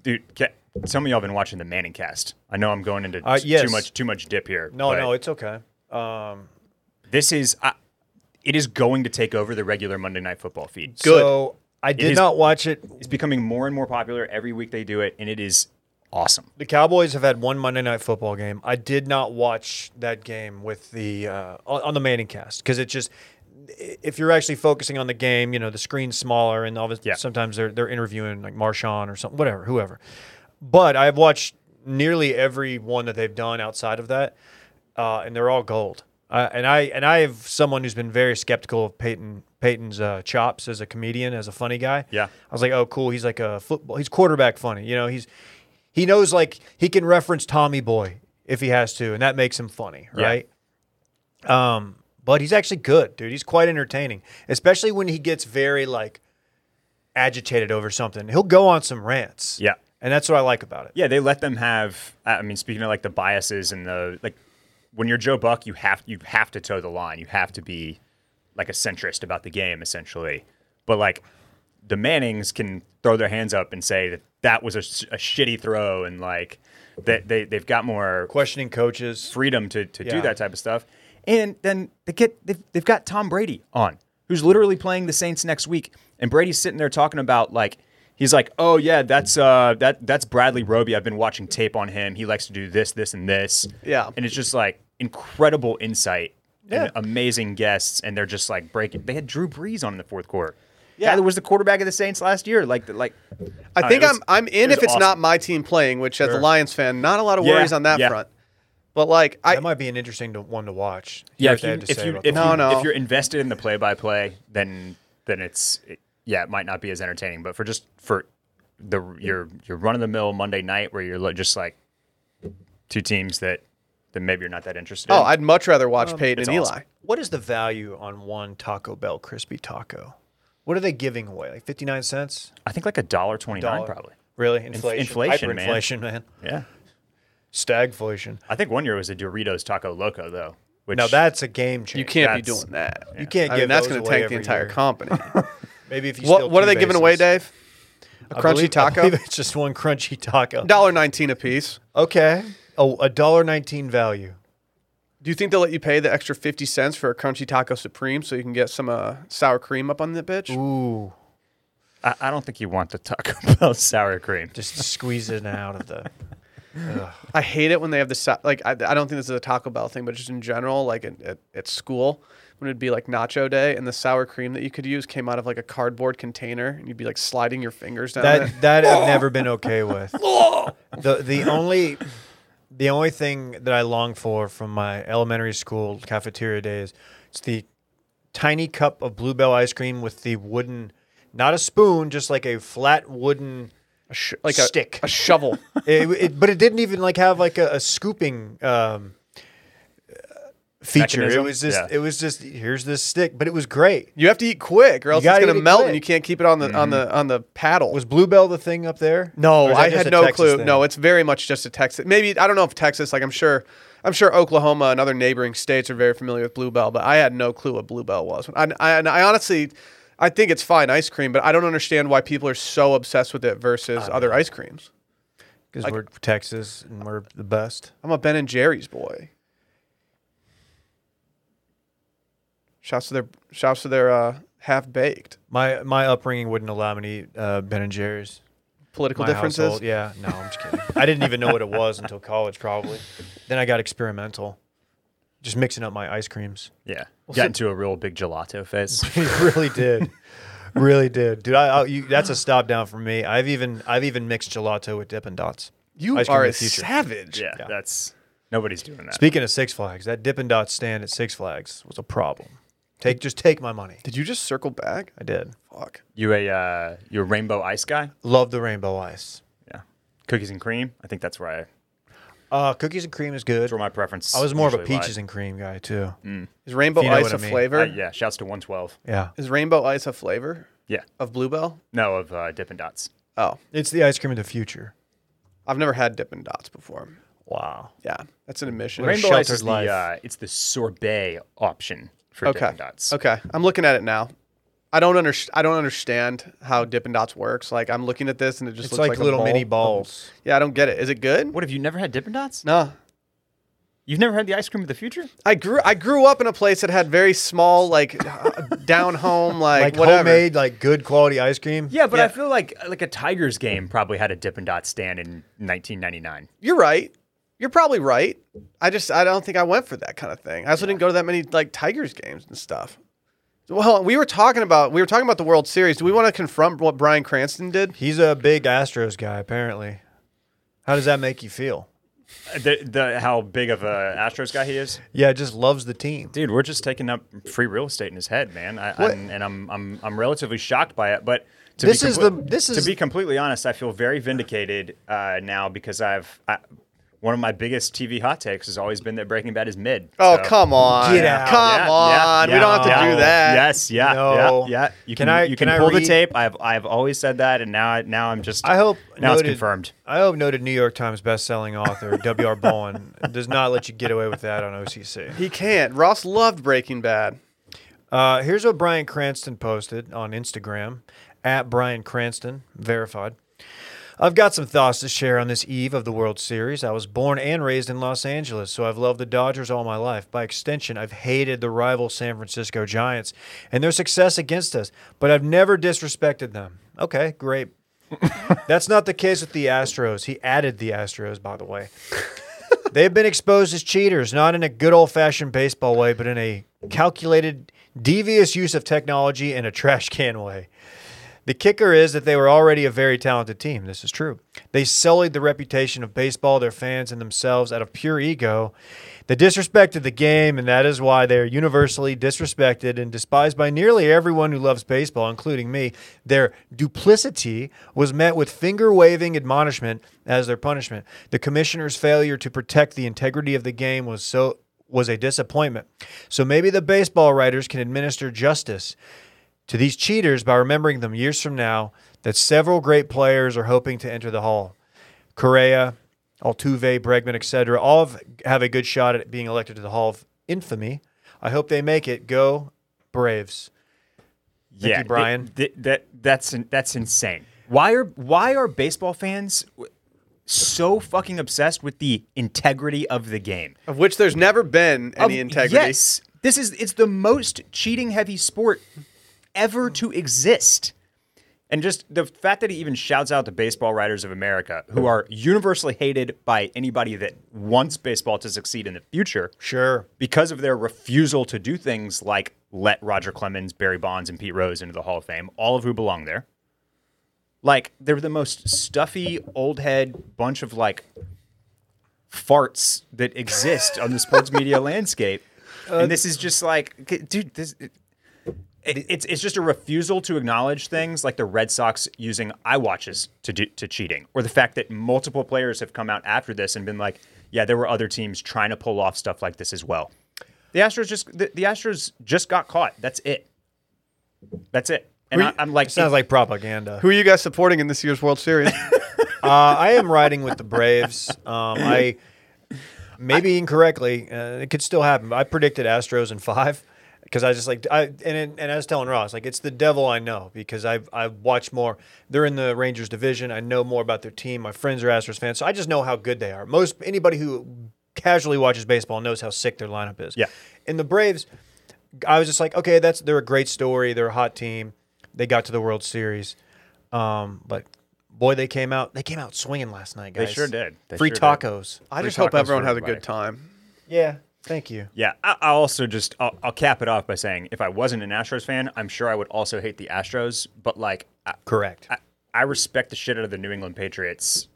dude. Ca some of y'all been watching the Manning cast. I know I'm going into Uh, t- yes. too much too much dip here. No, but no, it's okay. Um, this is I, it is going to take over the regular Monday Night Football feed. So I did is- not watch it. It's becoming more and more popular every week they do it, and it is awesome. The Cowboys have had one Monday Night Football game. I did not watch that game with the uh, on on the Manning cast because it just if you're actually focusing on the game, you know the screen's smaller and obviously Yeah. sometimes they're they're interviewing like Marshawn or something, whatever, whoever. But I've watched nearly every one that they've done outside of that, uh, and they're all gold. Uh, and I and I have someone who's been very skeptical of Peyton Peyton's uh, chops as a comedian, as a funny guy. Yeah. I was like, oh, cool. He's like a football. He's quarterback funny. You know, he's he knows like he can reference Tommy Boy if he has to, and that makes him funny, Yeah. right? Um, but he's actually good, dude. He's quite entertaining, especially when he gets very like agitated over something. He'll go on some rants. Yeah. and that's what I like about it. Yeah, they let them have. I mean, speaking of like the biases and the like, when you're Joe Buck, you have you have to toe the line. You have to be like a centrist about the game, essentially. But like the Mannings can throw their hands up and say that that was a, s- a shitty throw, and like that they they've got more Questioning coaches. freedom to to Yeah. do that type of stuff. And then they get they've, they've got Tom Brady on, who's literally playing the Saints next week, and Brady's sitting there talking about like he's like, oh yeah, that's uh that that's Bradley Roby. I've been watching tape on him. He likes to do this, this, and this. Yeah. and it's just like incredible insight. Yeah. And amazing guests, and they're just like breaking. They had Drew Brees on in the fourth quarter. Yeah. Yeah, that was the quarterback of the Saints last year. Like, the- like I Uh, think it was- I'm I'm in it was if it's awesome. not my team playing, which as a Sure. Lions fan, not a lot of Yeah, worries on that yeah. front. But like I That might be an interesting to, one to watch. yeah, Hear if what they you, had to if, say you, about if, that. No, you- no. if you're invested in the play-by-play, then then it's it, yeah, it might not be as entertaining. But for just for the your your run-of-the-mill Monday night where you're li- just like two teams that that maybe you're not that interested. oh, in. I'd much rather watch Peyton it's and awesome. Eli. What is the value on one Taco Bell crispy taco? What are they giving away? Like fifty nine cents? I think like a dollar twenty-nine probably. Really? Inflation. inflation, man. Hyperinflation, man. Yeah, Stagflation. I think one year was a Doritos Taco Loco though. Which Now that's a game changer. You can't be That's- doing that. You can't I give mean, that's those going to away tank the every entire year. company. Maybe if you what steal what are two they giving bases. away, Dave? A I crunchy believe- I taco, believe it's just one crunchy taco. dollar nineteen a piece. Okay. Oh, a dollar nineteen value. Do you think they'll let you pay the extra fifty cents for a crunchy taco supreme so you can get some uh, sour cream up on the bitch? Ooh. I, I don't think you want the Taco Bell sour cream. Just squeeze it out of the I hate it when they have the sa- like. I, I don't think this is a Taco Bell thing, but just in general, like at, at, at school, when it'd be like Nacho Day, and the sour cream that you could use came out of like a cardboard container, and you'd be like sliding your fingers down it. that that I've never been okay with. the the only the only thing that I long for from my elementary school cafeteria days it's the tiny cup of bluebell ice cream with the wooden not a spoon, just like a flat wooden A sh- like Stick. a, a shovel. it, it, but it didn't even like have like a, a scooping um, feature. It Mechanism? was just Yeah. it was just here's this stick, but it was great. You have to eat quick, or else it's gotta gonna eat it melt, quick. Mm-hmm. and you can't keep it on the on the on the paddle. Was Bluebell the thing up there? Or no, was that Oh, I just had a no Texas clue. thing? No, it's very much just a Texas. Maybe I don't know if Texas. Like I'm sure, I'm sure Oklahoma and other neighboring states are very familiar with Bluebell, but I had no clue what Bluebell was. I, I, and I honestly, I think it's fine ice cream, but I don't understand why people are so obsessed with it versus other ice creams. because Like- we're Texas and we're the best. I'm a Ben and Jerry's boy. Shouts to their shouts to their uh, half baked My my upbringing wouldn't allow me to eat uh, Ben and Jerry's. political My differences. household- Yeah, no, I'm just kidding. I didn't even know what it was until college, probably. Then I got experimental, just mixing up my ice creams. Yeah. Got into a real big gelato phase. He really did, really did, dude. I, I you, that's a stop down for me. I've even I've even mixed gelato with Dippin' Dots. You Ice cream are of a the future. savage. yeah, That's nobody's doing that. Speaking of Six Flags, that Dippin' Dots stand at Six Flags was a problem. Take just take my money. Did you just circle back? I did. Fuck. you a uh, you a rainbow ice guy? Love the rainbow ice. Yeah. Cookies and cream. I think that's where I that's Uh, cookies and cream is good. where my preference. I was more of a usually peaches lies. and cream guy too. Is rainbow If you know ice what I a mean. flavor? Uh, yeah. Shouts to 112. Yeah, Is rainbow ice a flavor Yeah. of bluebell? No, of uh, Dippin' Dots. Oh, it's the ice cream of the future. I've never had Dippin' Dots before. Wow. Yeah, that's an admission. Rainbow ice sheltered is the life. uh, it's the sorbet option for okay. Dippin' Dots. Okay, I'm looking at it now. I don't underst- I don't understand how Dippin' Dots works. Like I'm looking at this and it just It's looks like, like, a little bowl. mini balls. Yeah, I don't get it. Is it good? What have you never had Dippin' Dots? No. You've never had the ice cream of the future? I grew I grew up in a place that had very small like down home like, Like whatever. homemade, like good quality ice cream. Yeah, but I feel like like a Tigers game probably had a Dippin' Dots stand in 1999. You're right. You're probably right. I just I don't think I went for that kind of thing. I also didn't go to that many like Tigers games and stuff. Well, we were talking about we were talking about the World Series. Do we want to confront what Brian Cranston did? He's a big Astros guy, apparently. How does that make you feel? Uh, The, the how big of a Astros guy he is, Yeah, just loves the team. dude. We're just taking up free real estate in his head, man. I, What? I'm, and I'm I'm I'm relatively shocked by it. But to This be is comple- the- this to is- be completely honest, I feel very vindicated uh, now because I've I, one of my biggest TV hot takes has always been that Breaking Bad is mid. Oh, So- come on. Get out. Come Yeah, yeah, on. we yeah, don't have to yeah. do that. Yes, yeah, No. yeah, yeah. You can, Can I- you can can, I pull the read- tape. I've I've always said that, and now I, now I'm just. I hope now noted, it's confirmed. I hope noted New York Times bestselling author W.R. Bowen does not let you get away with that on OCC. He can't. Ross loved Breaking Bad. Uh, here's what Brian Cranston posted on Instagram at Brian Cranston, verified. I've got some thoughts to share on this eve of the World Series. I was born and raised in Los Angeles, so I've loved the Dodgers all my life. By extension, I've hated the rival San Francisco Giants and their success against us, but I've never disrespected them. Okay, great. That's not the case with the Astros. He added the Astros, by the way. They've been exposed as cheaters, not in a good old fashioned baseball way, but in a calculated, devious use of technology in a trash can way. The kicker is that they were already a very talented team. This is true. They sullied the reputation of baseball, their fans, and themselves out of pure ego. They disrespected the game, and that is why they are universally disrespected and despised by nearly everyone who loves baseball, including me. Their duplicity was met with finger waving admonishment as their punishment. The commissioner's failure to protect the integrity of the game was so was a disappointment. So maybe the baseball writers can administer justice to these cheaters by remembering them years from now that several great players are hoping to enter the hall. Correa, Altuve, Bregman, etc. All have- have a good shot at being elected to the Hall of Infamy. I hope they make it. Go Braves. Thank you, thi- Brian. thi- that that's in- that's insane. Why are why are baseball fans w- so fucking obsessed with the integrity of the game? Of which there's never been any Of- integrity. Yes, this is it's the most cheating heavy sport ever to exist. And just the fact that he even shouts out the baseball writers of America, who are universally hated by anybody that wants baseball to succeed in the future, Sure. because of their refusal to do things like let Roger Clemens, Barry Bonds, and Pete Rose into the Hall of Fame, all of who belong there. Like they're the most stuffy old head bunch of like farts that exist on the sports media landscape, and this is just like, g- dude, this. It, it- it's it's just a refusal to acknowledge things like the Red Sox using eye watches to do, to cheating, or the fact that multiple players have come out after this and been like, yeah, there were other teams trying to pull off stuff like this as well. The Astros just the, the Astros just got caught. That's it. That's it. And I, I'm like, Sounds like propaganda. Who are you guys supporting in this year's World Series? uh, I am riding with the Braves. Um, I maybe incorrectly, uh, it could still happen. but I predicted Astros in five. because I just like I and it, and I was telling Ross like it's the devil I know because I've I've watched more. They're in the Rangers division. I know more about their team. My friends are Astros fans, so I just know how good they are. Most anybody who casually watches baseball knows how sick their lineup is. Yeah. In the Braves, I was just like, okay, that's they're a great story. They're a hot team. They got to the World Series, um, but boy, they came out they came out swinging last night, They guys. sure did. They Free sure did. tacos. I Free just hope tacos everyone for has a everybody. good time. Yeah. Thank you. Yeah, I, I also just I'll, I'll cap it off by saying if I wasn't an Astros fan, I'm sure I would also hate the Astros. But like, I, Correct. I, I respect the shit out of the New England Patriots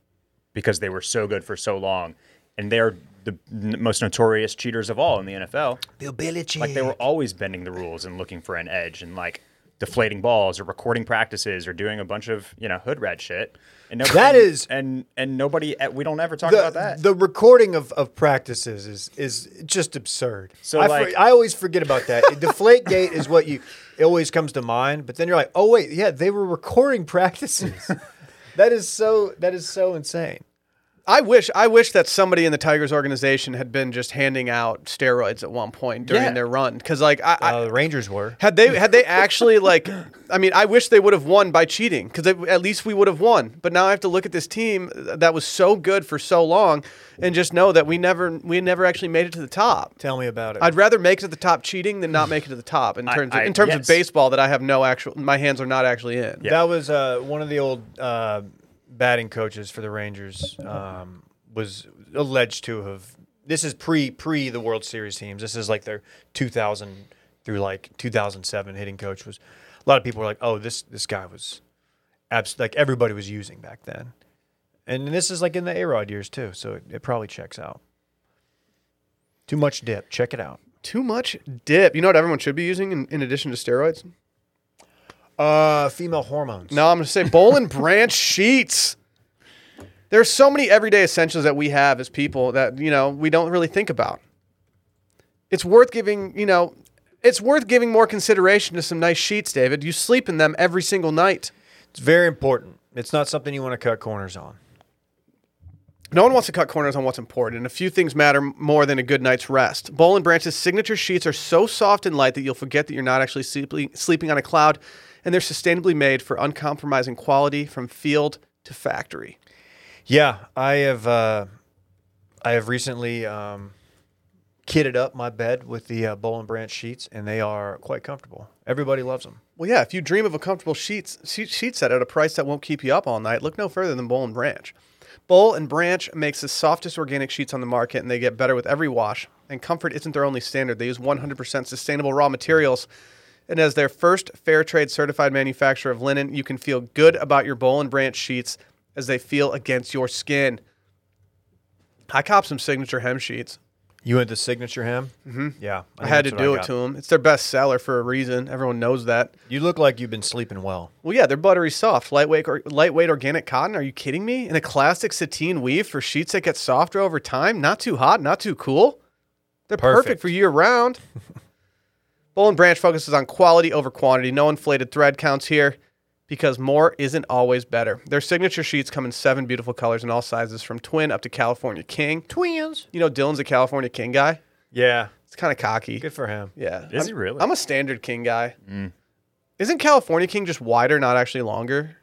because they were so good for so long, and they're the n- most notorious cheaters of all in the NFL. Bill Belichick. Like they were always bending the rules and looking for an edge and like deflating balls or recording practices or doing a bunch of you know hood rat shit. And nobody, That is- and and nobody eh, we don't ever talk the, about that. The recording of, of practices is is just absurd. So, I, for- like- I always forget about that. Deflate gate is what you it always comes to mind, but then you're like, oh wait, yeah, they were recording practices. that is so that is so insane. I wish I wish that somebody in the Tigers organization had been just handing out steroids at one point during Yeah. their run because like I, I Uh, the Rangers were. had they had they actually like I mean I wish they would have won by cheating because at least we would have won. But now I have to look at this team that was so good for so long and just know that we never we never actually made it to the top. Tell me about it. I'd rather make it to the top cheating than not make it to the top in I- terms I- of, in terms yes. of baseball that I have no actual my hands are not actually in. Yeah. That was uh, one of the old uh, batting coaches for the Rangers um, was alleged to have. This is pre pre the World Series teams. This is like their 2000 through like 2007 hitting coach was. A lot of people were like, "Oh, this this guy was, abs- like everybody was using back then," and this is like in the Arod years too. So it, it probably checks out. Too much dip. Check it out. Too much dip. You know what everyone should be using in, in addition to steroids? Uh, female hormones. No, I'm gonna say Bolin Branch sheets. There's so many everyday essentials that we have as people that you know we don't really think about. It's worth giving, you know, it's worth giving more consideration to some nice sheets, David. You sleep in them every single night. it's very important. It's not something you want to cut corners on. No one wants to cut corners on what's important, and a few things matter m- more than a good night's rest. Bolin Branch's signature sheets are so soft and light that you'll forget that you're not actually sleeping, sleeping on a cloud, and they're sustainably made for uncompromising quality from field to factory. Yeah, I have. Uh, I have recently um, kitted up my bed with the uh, Bowl and Branch sheets, and they are quite comfortable. Everybody loves them. Well, yeah, if you dream of a comfortable sheets, sheet, sheet set at a price that won't keep you up all night, look no further than Bowl and Branch. Bowl and Branch makes the softest organic sheets on the market, and they get better with every wash. And comfort isn't their only standard. They use 100% sustainable raw materials. And as their first fair trade certified manufacturer of linen, you can feel good about your Bowl and Branch sheets as they feel against your skin. I cop some signature hem sheets. You went the signature hem. Mm-hmm. Yeah, I, had to do it to them. It's their best seller for a reason. Everyone knows that. You look like you've been sleeping well. Well, yeah, they're buttery soft, lightweight, or lightweight organic cotton. Are you kidding me? And a classic sateen weave for sheets that get softer over time. Not too hot, not too cool. They're perfect, Perfect. for year round. Bowl and Branch focuses on quality over quantity. No inflated thread counts here because more isn't always better. Their signature sheets come in seven beautiful colors in all sizes, from twin up to California King. Twins. You know, Dylan's a California King guy. Yeah, It's kind of cocky. good for him. Yeah. Is I'm- he really? Mm. I'm a standard king guy. Isn't California king just wider, not actually longer?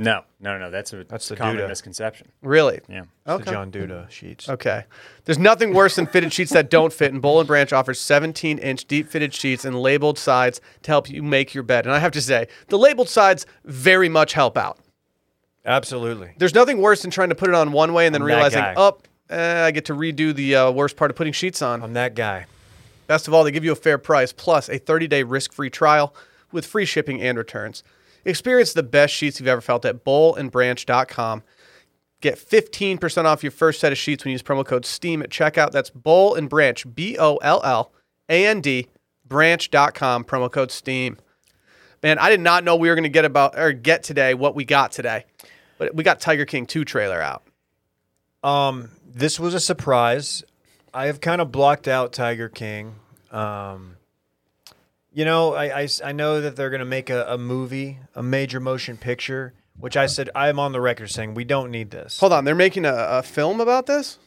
no, no, no, no. That's uh, a That's the common Duda. misconception. Really? Yeah. It's Okay. The John Duda sheets. Okay. There's nothing worse than fitted sheets that don't fit, and Bowl and Branch offers 17 inch deep fitted sheets and labeled sides to help you make your bed. And I have to say, the labeled sides very much help out. Absolutely. There's nothing worse than trying to put it on one way and then I'm that realizing, guy. oh, eh, I get to redo the uh, worst part of putting sheets on. I'm that guy. Best of all, they give you a fair price plus a 30-day risk-free trial with free shipping and returns. Experience the best sheets you've ever felt at bowlandbranch.com. Get 15% off your first set of sheets when you use promo code STEAM at checkout. That's Bowl and Branch, B O L L A N D branch.com promo code STEAM. Man, I did not know we were going to get about or get today what we got today. But we got Tiger King 2 trailer out. Um, this was a surprise. I have kind of blocked out Tiger King. Um, you know, I, I s- I know that they're going to make a, a movie, a major motion picture, which I said I'm on the record saying we don't need this. Hold on, they're making a, a film about this?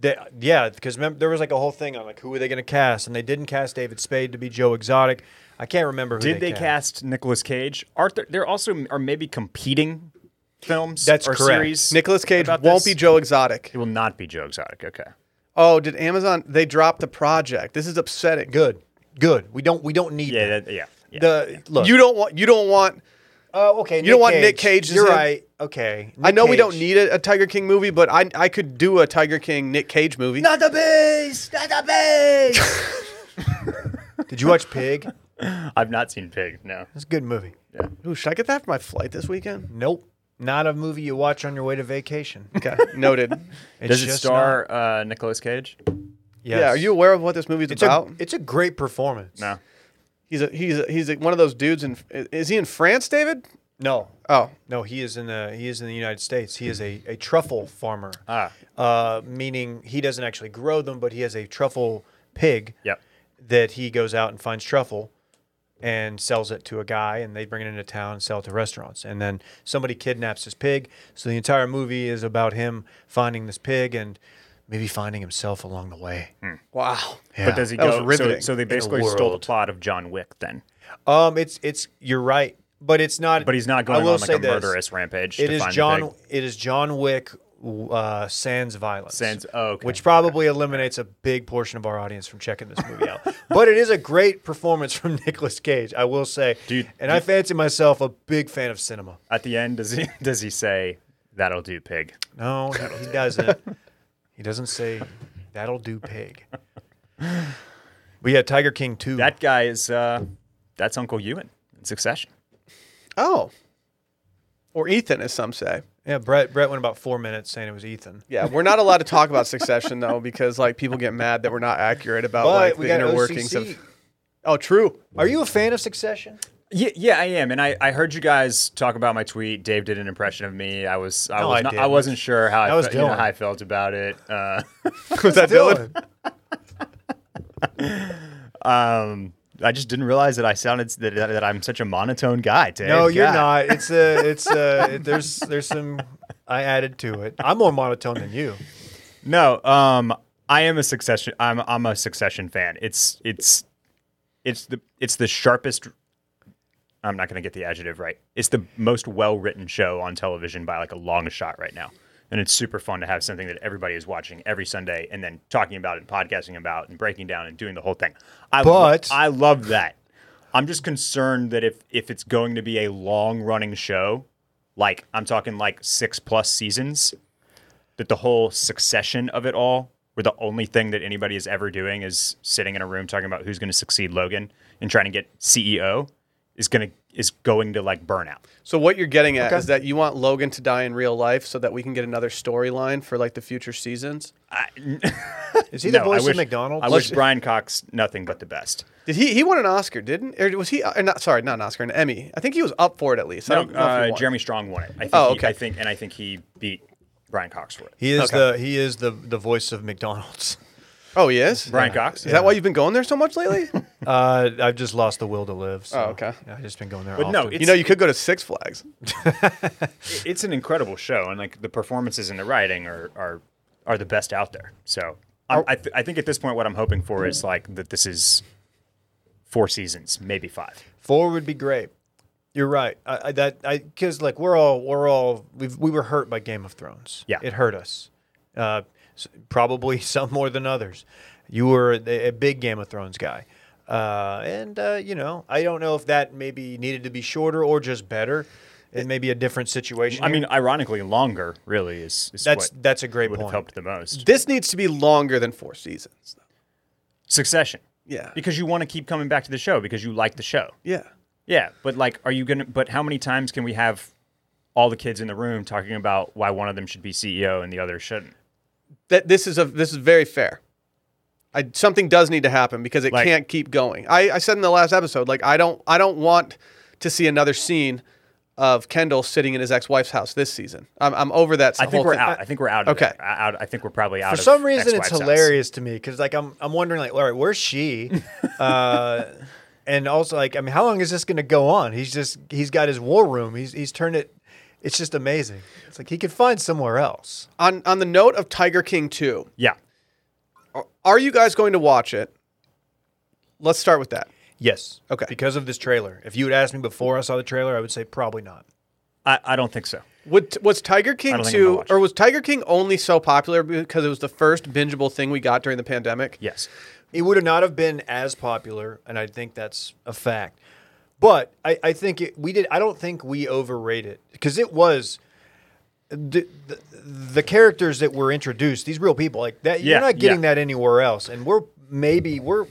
They, yeah, because there was like a whole thing on like who were they going to cast, and they didn't cast David Spade to be Joe Exotic. I can't remember. Who Did they cast Nicolas Cage? Aren't there, there also are maybe competing films That's or correct. series? Nicolas Cage about won't be this? Joe Exotic. It will not be Joe Exotic. Okay. Oh, did Amazon? They dropped the project. This is upsetting. Good, good. We don't we don't need Yeah. that. That, yeah. yeah. the look. You don't want. You don't want. oh okay. You don't want Nick Cage as You're him? right. Okay. I Nick know we don't Cage. need a, a Tiger King movie, but I I could do a Tiger King Nick Cage movie. not the base. Not the base. Did you watch Pig? It's I've not seen Pig. No. a good movie. Ooh, should I get that for my flight this weekend? Nope. Not a movie you watch on your way to vacation. Okay, noted. It's Does it just star uh, Nicolas Cage? not- yes. Yeah, are you aware of what this movie's It's about? a, it's a great performance. No. he's a he's a, he's a, one of those dudes in. Is he in France, David? No. Oh, No, he is in the he is in the United States. He is a, a truffle farmer. Ah. Uh, meaning he doesn't actually grow them, but he has a truffle pig Yep. that he goes out and finds truffle and sells it to a guy and they bring it into town and sell it to restaurants. And then somebody kidnaps his pig. So the entire movie is about him finding this pig and maybe finding himself along the way. wow. Yeah. But does he That was go? so, riveting. so they In a basically stole the world. plot of John Wick then. Um, it's it's you're right, but it's not. But he's not I going on will like say a this. murderous rampage. It to is find the John. pig. It is John Wick. Uh, sans violence. Sans- oh, okay. Which probably eliminates a big portion of our audience from checking this movie out. but it is a great performance from Nicolas Cage, I will say. Do you- and do I you- fancy myself a big fan of cinema. At the end, does he does he say that'll do, pig? No, he- he doesn't. he doesn't say that'll do, pig. But yeah, Tiger King two. That guy is uh, that's Uncle Ewan in Succession. Oh, or Ethan, as some say. yeah, Brett. Brett went about four minutes saying it was Ethan. Yeah, we're not allowed to talk about Succession though, because like people get mad that we're not accurate about like the inner workings of. Oh, true. Are you a fan of Succession? Yeah, yeah, I am, and I, I heard you guys talk about my tweet. Dave did an impression of me. I was I No, I was not, I didn't. wasn't sure how That I was fe- you know, Dylan. how I felt about it. Uh, Was that Dylan? um, I just didn't realize that I sounded that, that, that I'm such a monotone guy. Dave. No, you're God. not. It's a, it's a, there's, there's some, I added to it. I'm more monotone than you. No, um, I am a succession. I'm I'm a succession fan. It's it's it's the it's the sharpest. I'm not going to get the adjective right. It's the most well written show on television by like a long shot right now, and it's super fun to have something that everybody is watching every Sunday and then talking about and podcasting about and breaking down and doing the whole thing. I lo- But- I love that. I'm just concerned that if if it's going to be a long running show, like I'm talking like six plus seasons, that the whole succession of it all, where the only thing that anybody is ever doing is sitting in a room talking about who's going to succeed Logan and trying to get CEO, is going to is going to like burnout. So what you're getting at is that you want Logan to die in real life so that we can get another storyline for like the future seasons. Is he the No, I voice wish- of McDonald's? I wish Brian Cox nothing but the best. Did he? He won an Oscar, didn't? Or was he? Or not, sorry, not an Oscar, an Emmy. I think he was up for it at least. I No, don't know if he uh, won. Jeremy Strong won it. I think Oh, he- okay. I think and I think he beat Brian Cox for it. He is Okay. the, he is the, the voice of McDonald's. Oh, he is. Brian Cox. Is that why you've been going there so much lately? Uh, I've just lost the will to live. So Oh, okay. yeah, I've just been going there. But no, often. it's- you know, you could go to Six Flags. it's an incredible show, and like the performances and the writing are are are the best out there. So I'm, Oh. I, th- I think at this point, what I'm hoping for is like that this is four seasons, maybe five. four would be great. You're right. I, I, that I because like we're all we're all we've, we were hurt by Game of Thrones. Yeah. it hurt us. Uh, s- probably some more than others. You were a, a big Game of Thrones guy, uh, and uh, you know I don't know if that maybe needed to be shorter or just better. It may be a different situation. I here. mean, ironically, longer really is, is that's what that's a great would have point. helped the most. This needs to be longer than four seasons. Succession, Yeah. because you want to keep coming back to the show because you like the show. Yeah. Yeah, but like, are you gonna? But how many times can we have all the kids in the room talking about why one of them should be CEO and the other shouldn't? That this is a this is very fair. I, something does need to happen because it Like- can't keep going. I, I said in the last episode, like I don't I don't want to see another scene of Kendall sitting in his ex wife's house this season. I'm, I'm over that. I whole think we're thing. out. I think we're out. Of Okay. that. I, out- I think we're probably out. For of some reason, Ex-Wife's it's House. hilarious to me because like I'm I'm wondering like, all right, where's she? Uh, and also like, I mean, how long is this going to go on? He's just he's got his war room. He's he's turned it. It's just amazing. It's like he could find somewhere else. On on the note of Tiger King 2, Yeah. are you guys going to watch it? Let's start with that. Yes. Okay. Because of this trailer. If you had asked me before I saw the trailer, I would say probably not. I, I don't think so. Would, was Tiger I King don't think I'm gonna 2 watch it. or was Tiger King only so popular because it was the first bingeable thing we got during the pandemic? Yes. It would have not have been as popular, and I think that's a fact. But I, I think it, we did. I don't think we overrate it because it was the, the the characters that were introduced. These real people, like that, Yeah, you're not getting yeah. that anywhere else. And we're maybe we're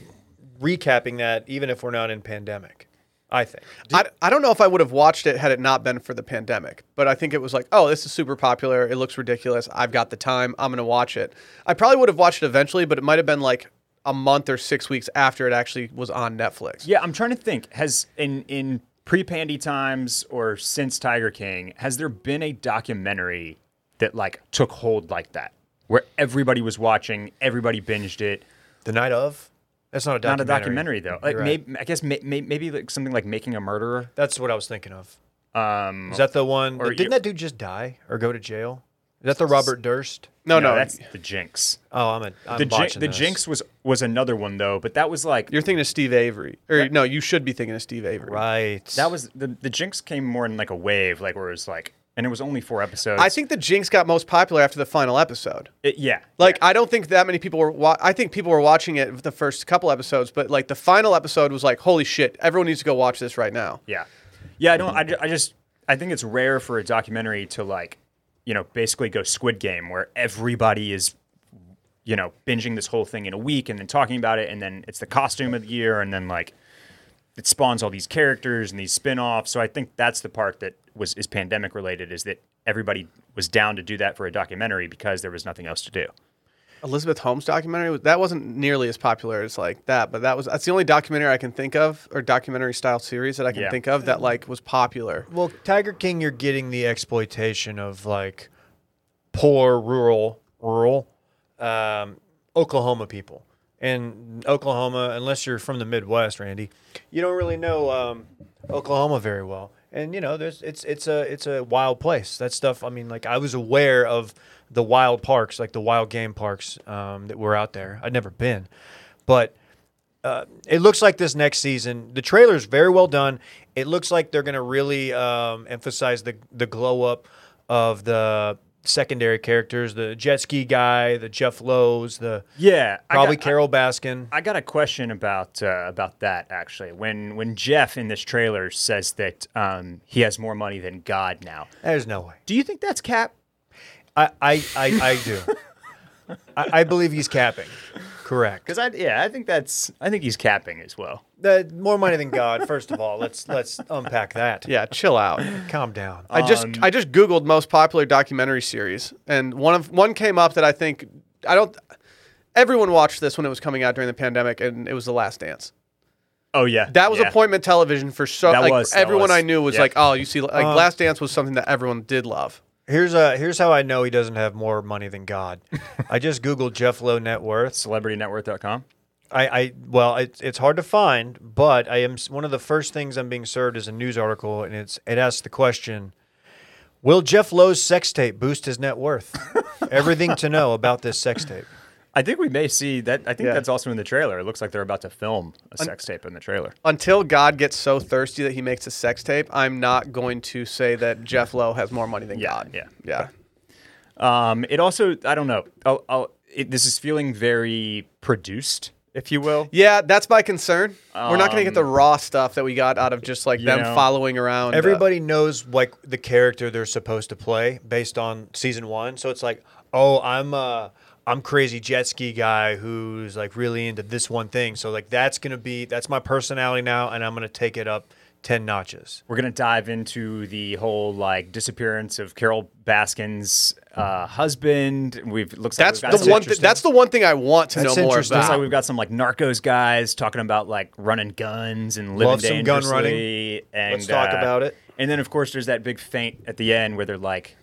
recapping that even if we're not in pandemic. I think. I, I don't know if I would have watched it had it not been for the pandemic, but I think it was like, oh, this is super popular. It looks ridiculous. I've got the time. I'm going to watch it. I probably would have watched it eventually, but it might have been like a month or six weeks after it actually was on Netflix. Yeah, I'm trying to think. Has in in pre-Pandy times or since Tiger King, has there been a documentary that like took hold like that, where everybody was watching, everybody binged it? The night of. That's not a Not a documentary. documentary though. Like You're right. maybe I guess may, may, maybe like something like Making a Murderer. That's what I was thinking of. Um, Is that the one? Or didn't you- that dude just die or go to jail? Is that the Robert Durst? No, no. that's the Jinx. Oh, I'm a. I'm The, Jin- botching the this. Jinx was was another one though, but that was like You're thinking of Steve Avery. Or no, you should be thinking of Steve Avery. Right. that was the the Jinx came more in like a wave, like where it was like, and it was only four episodes. I think the Jinx got most popular after the final episode. It- yeah, Like I don't think that many people were. Wa- I think people were watching it the first couple episodes, but like the final episode was like, holy shit! Everyone needs to go watch this right now. Yeah. Yeah, I don't I, ju- I just I think it's rare for a documentary to like, you know, basically go Squid Game where everybody is you know, binging this whole thing in a week and then talking about it and then it's the costume of the year and then like it spawns all these characters and these spin-offs. So I think that's the part that was is pandemic related is that everybody was down to do that for a documentary because there was nothing else to do. Elizabeth Holmes documentary was- that wasn't nearly as popular as like that, but that was that's the only documentary I can think of or documentary style series that I can Yeah. think of that like was popular. Well, Tiger King, you're getting the exploitation of like poor rural rural um, Oklahoma people. And Oklahoma, unless you're from the Midwest, Randy, you don't really know um, Oklahoma very well. And you know, there's it's it's a it's a wild place. That stuff. I mean, like I was aware of the wild parks, like the wild game parks um, that were out there. I'd never been, but it looks like this next season, the trailer's very well done. It looks like they're going to really um, emphasize the the glow up of the secondary characters, the jet ski guy, the Jeff Lowe's, the Yeah. probably Carol Baskin. I got a question about uh, about that actually. When when Jeff in this trailer says that um, he has more money than God now, There's no way. do you think that's cap? I I I, I do. I, I believe he's capping. Correct. Because I yeah, I think that's I think he's capping as well. The, more money than God. First of all, let's let's unpack that. Yeah, chill out. Calm down. I just Um, I just googled most popular documentary series, and one of one came up that I think I don't. Everyone watched this when it was coming out during the pandemic, and it was The Last Dance. Oh yeah, That was yeah. appointment television for so That like was- that everyone was- I knew was yeah. Uh, like, oh, you see, like Last Dance was something that everyone did love. Here's a here's how I know he doesn't have more money than God. I just googled Jeff Lowe net worth. CelebrityNetworth.com. I, I well, it's it's hard to find, but I am one of the first things I'm being served is a news article, and it's it asks the question: Will Jeff Lowe's sex tape boost his net worth? Everything to know about this sex tape. I think we may see that. I think Yeah. that's also in the trailer. It looks like they're about to film a sex tape in the trailer. Until God gets so thirsty that he makes a sex tape, I'm not going to say that Jeff Lowe has more money than Yeah, God. yeah. yeah. Um, it also I don't know. I'll, I'll, it, this is feeling very produced, if you will. Yeah, that's my concern. We're not going to get the raw stuff that we got out of just like you them know, following around. uh, Everybody knows like the character they're supposed to play based on season one, so it's like, oh, I'm uh I'm crazy jet ski guy who's like really into this one thing. So like that's gonna be that's my personality now, and I'm gonna take it up ten notches. We're gonna dive into the whole like disappearance of Carol Baskin's uh, husband. We've looks that's like the we've got some- one. Th- that's the one thing I want to That's know more interesting. about. Looks like we've got some like Narcos guys talking about like running guns and living Love some gun dangerously, And, Let's talk uh, about it. And then of course there's that big feint at the end where they're like,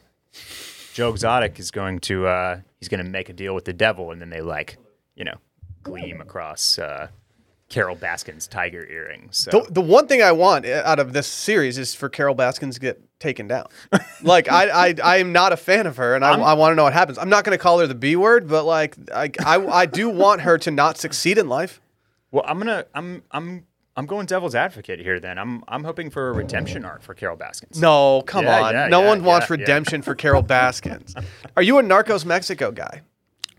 Joe Exotic is going to uh, he's going to make a deal with the devil, and then they like you know gleam across uh, Carol Baskin's tiger earrings. So. The, the one thing I want i- out of this series is for Carol Baskins to get taken down. like I, I, I am not a fan of her, and I, I want to know what happens. I'm not going to call her the B word, but like I, I, I do want her to not succeed in life. Well, I'm gonna I'm I'm I'm going devil's advocate here. Then I'm I'm hoping for a redemption arc for Carol Baskins. No, come Yeah, on. yeah, no yeah, one wants yeah, yeah. redemption for Carol Baskins. Are you a Narcos Mexico guy?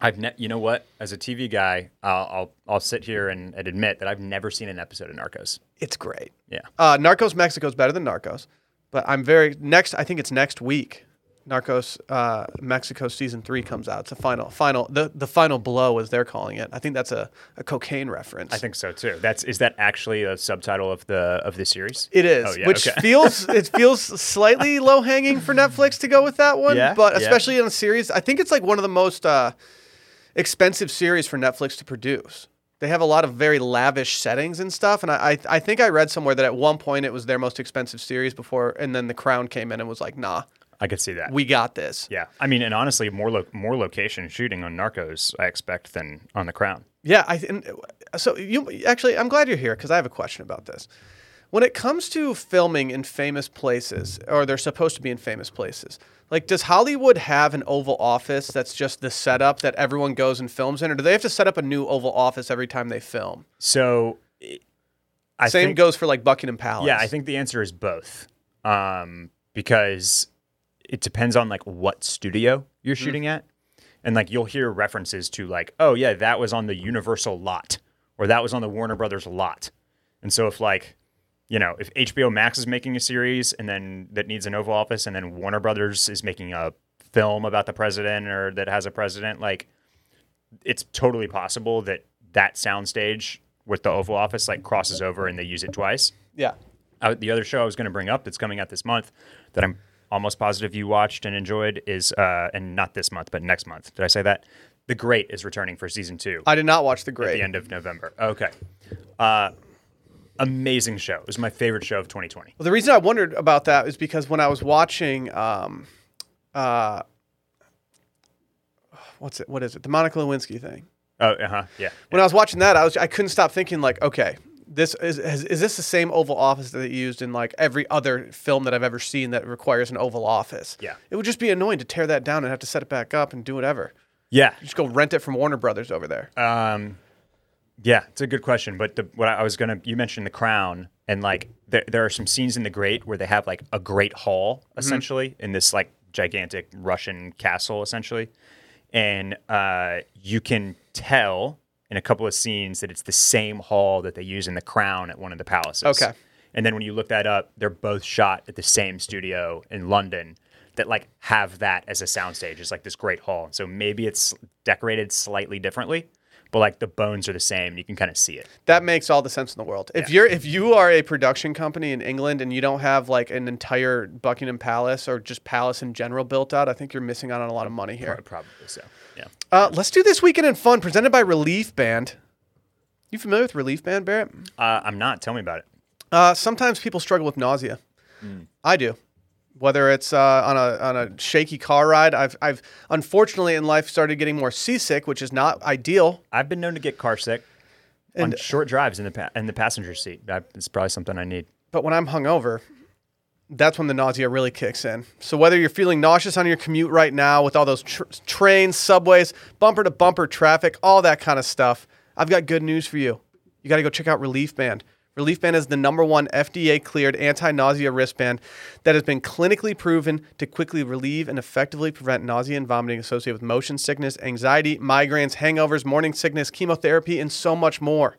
I've ne- you know what? As a TV guy, I'll I'll, I'll sit here and, and admit that I've never seen an episode of Narcos. It's great. Yeah. Uh, Narcos Mexico is better than Narcos, but I'm very next. I think it's next week. Narcos uh, Mexico season three comes out. It's a final, final, the, the final blow, as they're calling it. I think that's a, a cocaine reference. I think so too. That's is that actually a subtitle of the of the series? it is, Oh, yeah, which okay. feels it feels slightly low hanging for Netflix to go with that one, Yeah, but yeah. especially on a series, I think it's like one of the most uh, expensive series for Netflix to produce. They have a lot of very lavish settings and stuff, and I, I I think I read somewhere that at one point it was their most expensive series before, and then The Crown came in and was like, nah, I could see that. we got this. yeah. I mean, and honestly, more lo- more location shooting on Narcos, I expect than on The Crown. Yeah, I and uh, so you actually I'm glad you're here because I have a question about this. When it comes to filming in famous places, or they're supposed to be in famous places, like does Hollywood have an Oval Office that's just the setup that everyone goes and films in, or do they have to set up a new Oval Office every time they film? So, I Same think, goes for like Buckingham Palace. Yeah, I think the answer is both, um, because it depends on like what studio you're shooting at, and like you'll hear references to like, oh yeah, that was on the Universal lot, or that was on the Warner Brothers lot, and so if like, you know, if HBO Max is making a series and then that needs an Oval Office, and then Warner Brothers is making a film about the president or that has a president, like it's totally possible that that soundstage with the Oval Office like crosses over and they use it twice. yeah. Uh, the other show I was going to bring up that's coming out this month that I'm almost positive you watched and enjoyed is, uh, and not this month, but next month. Did I say that? The Great is returning for season two I did not watch The at Great. the end of November. Okay. Uh, amazing show. It was my favorite show of 2020. Well, the reason I wondered about that is because when I was watching, um, uh, what's it? What is it? The Monica Lewinsky thing. Oh, uh huh. Yeah. when I was watching that, I was I couldn't stop thinking like, okay, this is is, is this the same Oval Office that they used in like every other film that I've ever seen that requires an Oval Office? Yeah. it would just be annoying to tear that down and have to set it back up and do whatever. Yeah. Just go rent it from Warner Brothers over there. Um, yeah, it's a good question. But the, what I, I was gonna, you mentioned the crown, and like there, there are some scenes in the Great where they have like a great hall essentially in this like gigantic Russian castle essentially, and uh, you can tell in a couple of scenes that it's the same hall that they use in the Crown at one of the palaces. Okay. And then when you look that up, they're both shot at the same studio in London that like have that as a soundstage. It's like this great hall. So maybe it's decorated slightly differently, but like the bones are the same. You can kind of see it. That makes all the sense in the world. If you're if you are a production company in England and you don't have like an entire Buckingham Palace or just palace in general built out, I think you're missing out on a lot of money here. Probably so. Yeah. Uh, let's do this weekend in fun presented by Relief Band. You familiar with Relief Band, Barrett? Uh, I'm not. Tell me about it. Uh, sometimes people struggle with nausea. I do. Whether it's uh, on a on a shaky car ride, I've I've unfortunately in life started getting more seasick, which is not ideal. I've been known to get car sick on short drives in the pa- in the passenger seat. I, it's probably something I need. But when I'm hungover, that's when the nausea really kicks in. So whether you're feeling nauseous on your commute right now with all those tr- trains, subways, bumper to bumper traffic, all that kind of stuff, I've got good news for you. You got to go check out Relief Band. Relief Band is the number one FDA cleared anti nausea wristband that has been clinically proven to quickly relieve and effectively prevent nausea and vomiting associated with motion sickness, anxiety, migraines, hangovers, morning sickness, chemotherapy, and so much more.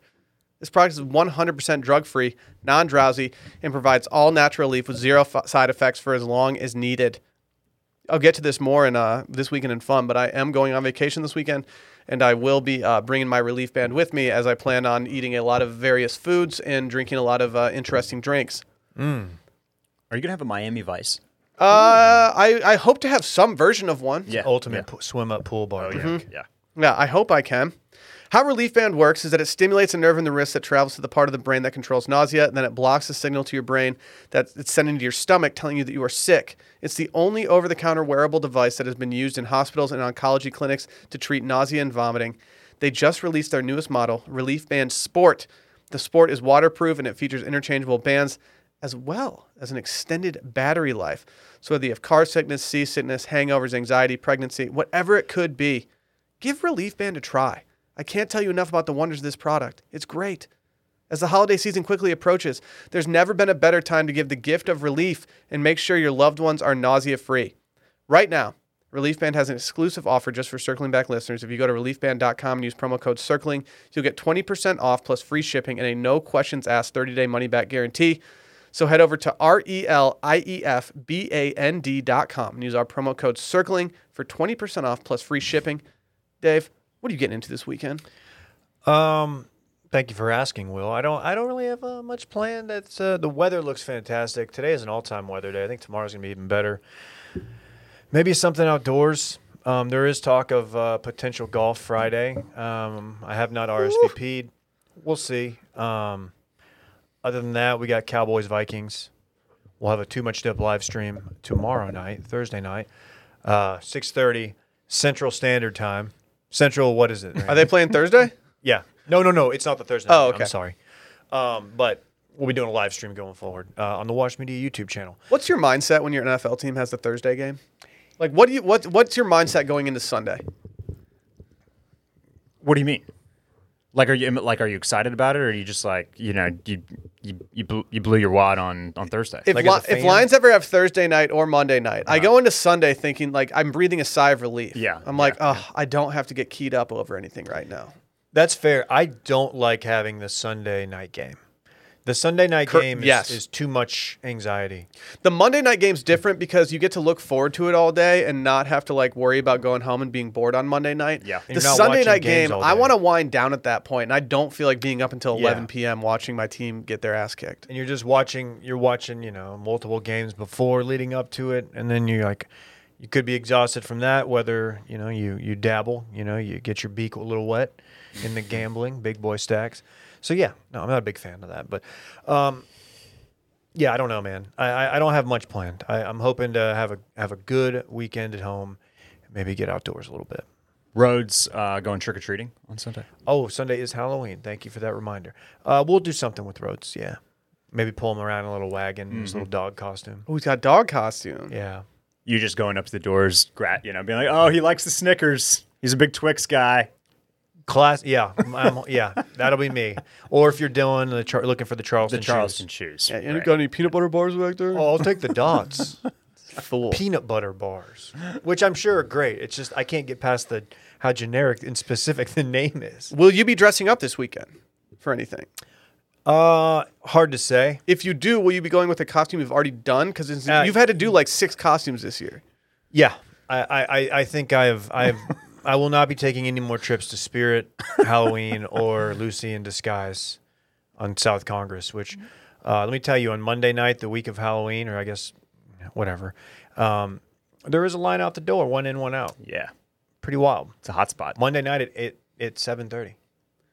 This product is 100% drug free, non drowsy, and provides all natural relief with zero f- side effects for as long as needed. I'll get to this more in uh, this weekend in fun, but I am going on vacation this weekend, and I will be uh, bringing my relief band with me as I plan on eating a lot of various foods and drinking a lot of uh, interesting drinks. Are you gonna have a Miami Vice? Uh, I, I hope to have some version of one. Yeah. Oh, Ultimate po- swim up pool bar. Yeah. Yeah. Yeah, I hope I can. How relief band works is that it stimulates a nerve in the wrist that travels to the part of the brain that controls nausea, and then it blocks the signal to your brain that it's sending to your stomach, telling you that you are sick. It's the only over-the-counter wearable device that has been used in hospitals and oncology clinics to treat nausea and vomiting. They just released their newest model, Relief Band Sport. The Sport is waterproof and it features interchangeable bands as well as an extended battery life. So whether you have car sickness, seasickness, hangovers, anxiety, pregnancy, whatever it could be, give Relief Band a try. I can't tell you enough about the wonders of this product. It's great. As the holiday season quickly approaches, there's never been a better time to give the gift of relief and make sure your loved ones are nausea free. Right now, Relief Band has an exclusive offer just for Circling Back listeners. If you go to reliefband.com and use promo code CIRCLING, you'll get 20% off plus free shipping and a no questions asked 30 day money back guarantee. So head over to R E L I E F B A N D.com and use our promo code CIRCLING for 20% off plus free shipping. Dave, what are you getting into this weekend? Um, thank you for asking, Will. I don't. I don't really have uh, much planned. That's uh, the weather looks fantastic. Today is an all-time weather day. I think tomorrow's gonna be even better. Maybe something outdoors. Um, there is talk of uh, potential golf Friday. Um, I have not RSVP'd. We'll see. Um, other than that, we got Cowboys Vikings. We'll have a too much dip live stream tomorrow night, Thursday night, uh, six thirty Central Standard Time. Central, what is it? Are they playing Thursday? Yeah. No, no, no. It's not the Thursday. Oh, night. okay. I'm sorry. Um, but we'll be doing a live stream going forward uh, on the Watch Media YouTube channel. What's your mindset when your NFL team has the Thursday game? Like, what do you what What's your mindset going into Sunday? What do you mean? Like, are you like are you excited about it, or are you just like you know you you you blew, you blew your wad on on Thursday? If, Like, as a li- if fan? Lions ever have Thursday night or Monday night, I go into Sunday thinking like I'm breathing a sigh of relief. Yeah, I'm like, oh, I don't have to get keyed up over anything right now. That's fair. I don't like having the Sunday night game. The Sunday night Cor- game is, yes. is too much anxiety. The Monday night game's different because you get to look forward to it all day and not have to like worry about going home and being bored on Monday night. Yeah. And The you're not Sunday watching night games game, all I day. want to wind down at that point, and I don't feel like being up until Yeah. 11 p.m. watching my team get their ass kicked. And you're just watching, you're watching, you know, multiple games before leading up to it. And then you're like, you could be exhausted from that, whether, you know, you, you dabble, you know, you get your beak a little wet in the gambling, big boy stacks. So, yeah, no, I'm not a big fan of that. But, um, yeah, I don't know, man. I, I, I don't have much planned. I, I'm hoping to have a, have a good weekend at home, maybe get outdoors a little bit. Roads uh, going trick or treating on Sunday. Oh, Sunday is Halloween. Thank you for that reminder. Uh, we'll do something with Rhodes. Yeah, maybe pull him around in a little wagon, in Mm-hmm. his little dog costume. Oh, he's got dog costume. Yeah, You just going up to the doors, grat, you know, being like, oh, he likes the Snickers. He's a big Twix guy. class. Yeah, I'm- yeah, that'll be me. Or if you're doing the char- looking for the Charleston, The Charleston shoes. Yeah, you Right. got any peanut butter bars back there? shoes. Oh, I'll take the dots. fool. Peanut butter bars, which I'm sure are great. It's just I can't get past the how generic and specific the name is. Will you be dressing up this weekend for anything? Uh, hard to say. If you do, will you be going with a costume you've already done? Because Uh, you've had to do like six costumes this year. Yeah, I, I, I- I think I've I've I will not be taking any more trips to Spirit, Halloween, or Lucy in Disguise on South Congress. Which, Mm-hmm. uh, let me tell you, on Monday night, the week of Halloween, or I guess whatever, um, there is a line out the door, one in, one out. Yeah. Pretty wild. It's a hot spot. Monday night at at, at seven thirty.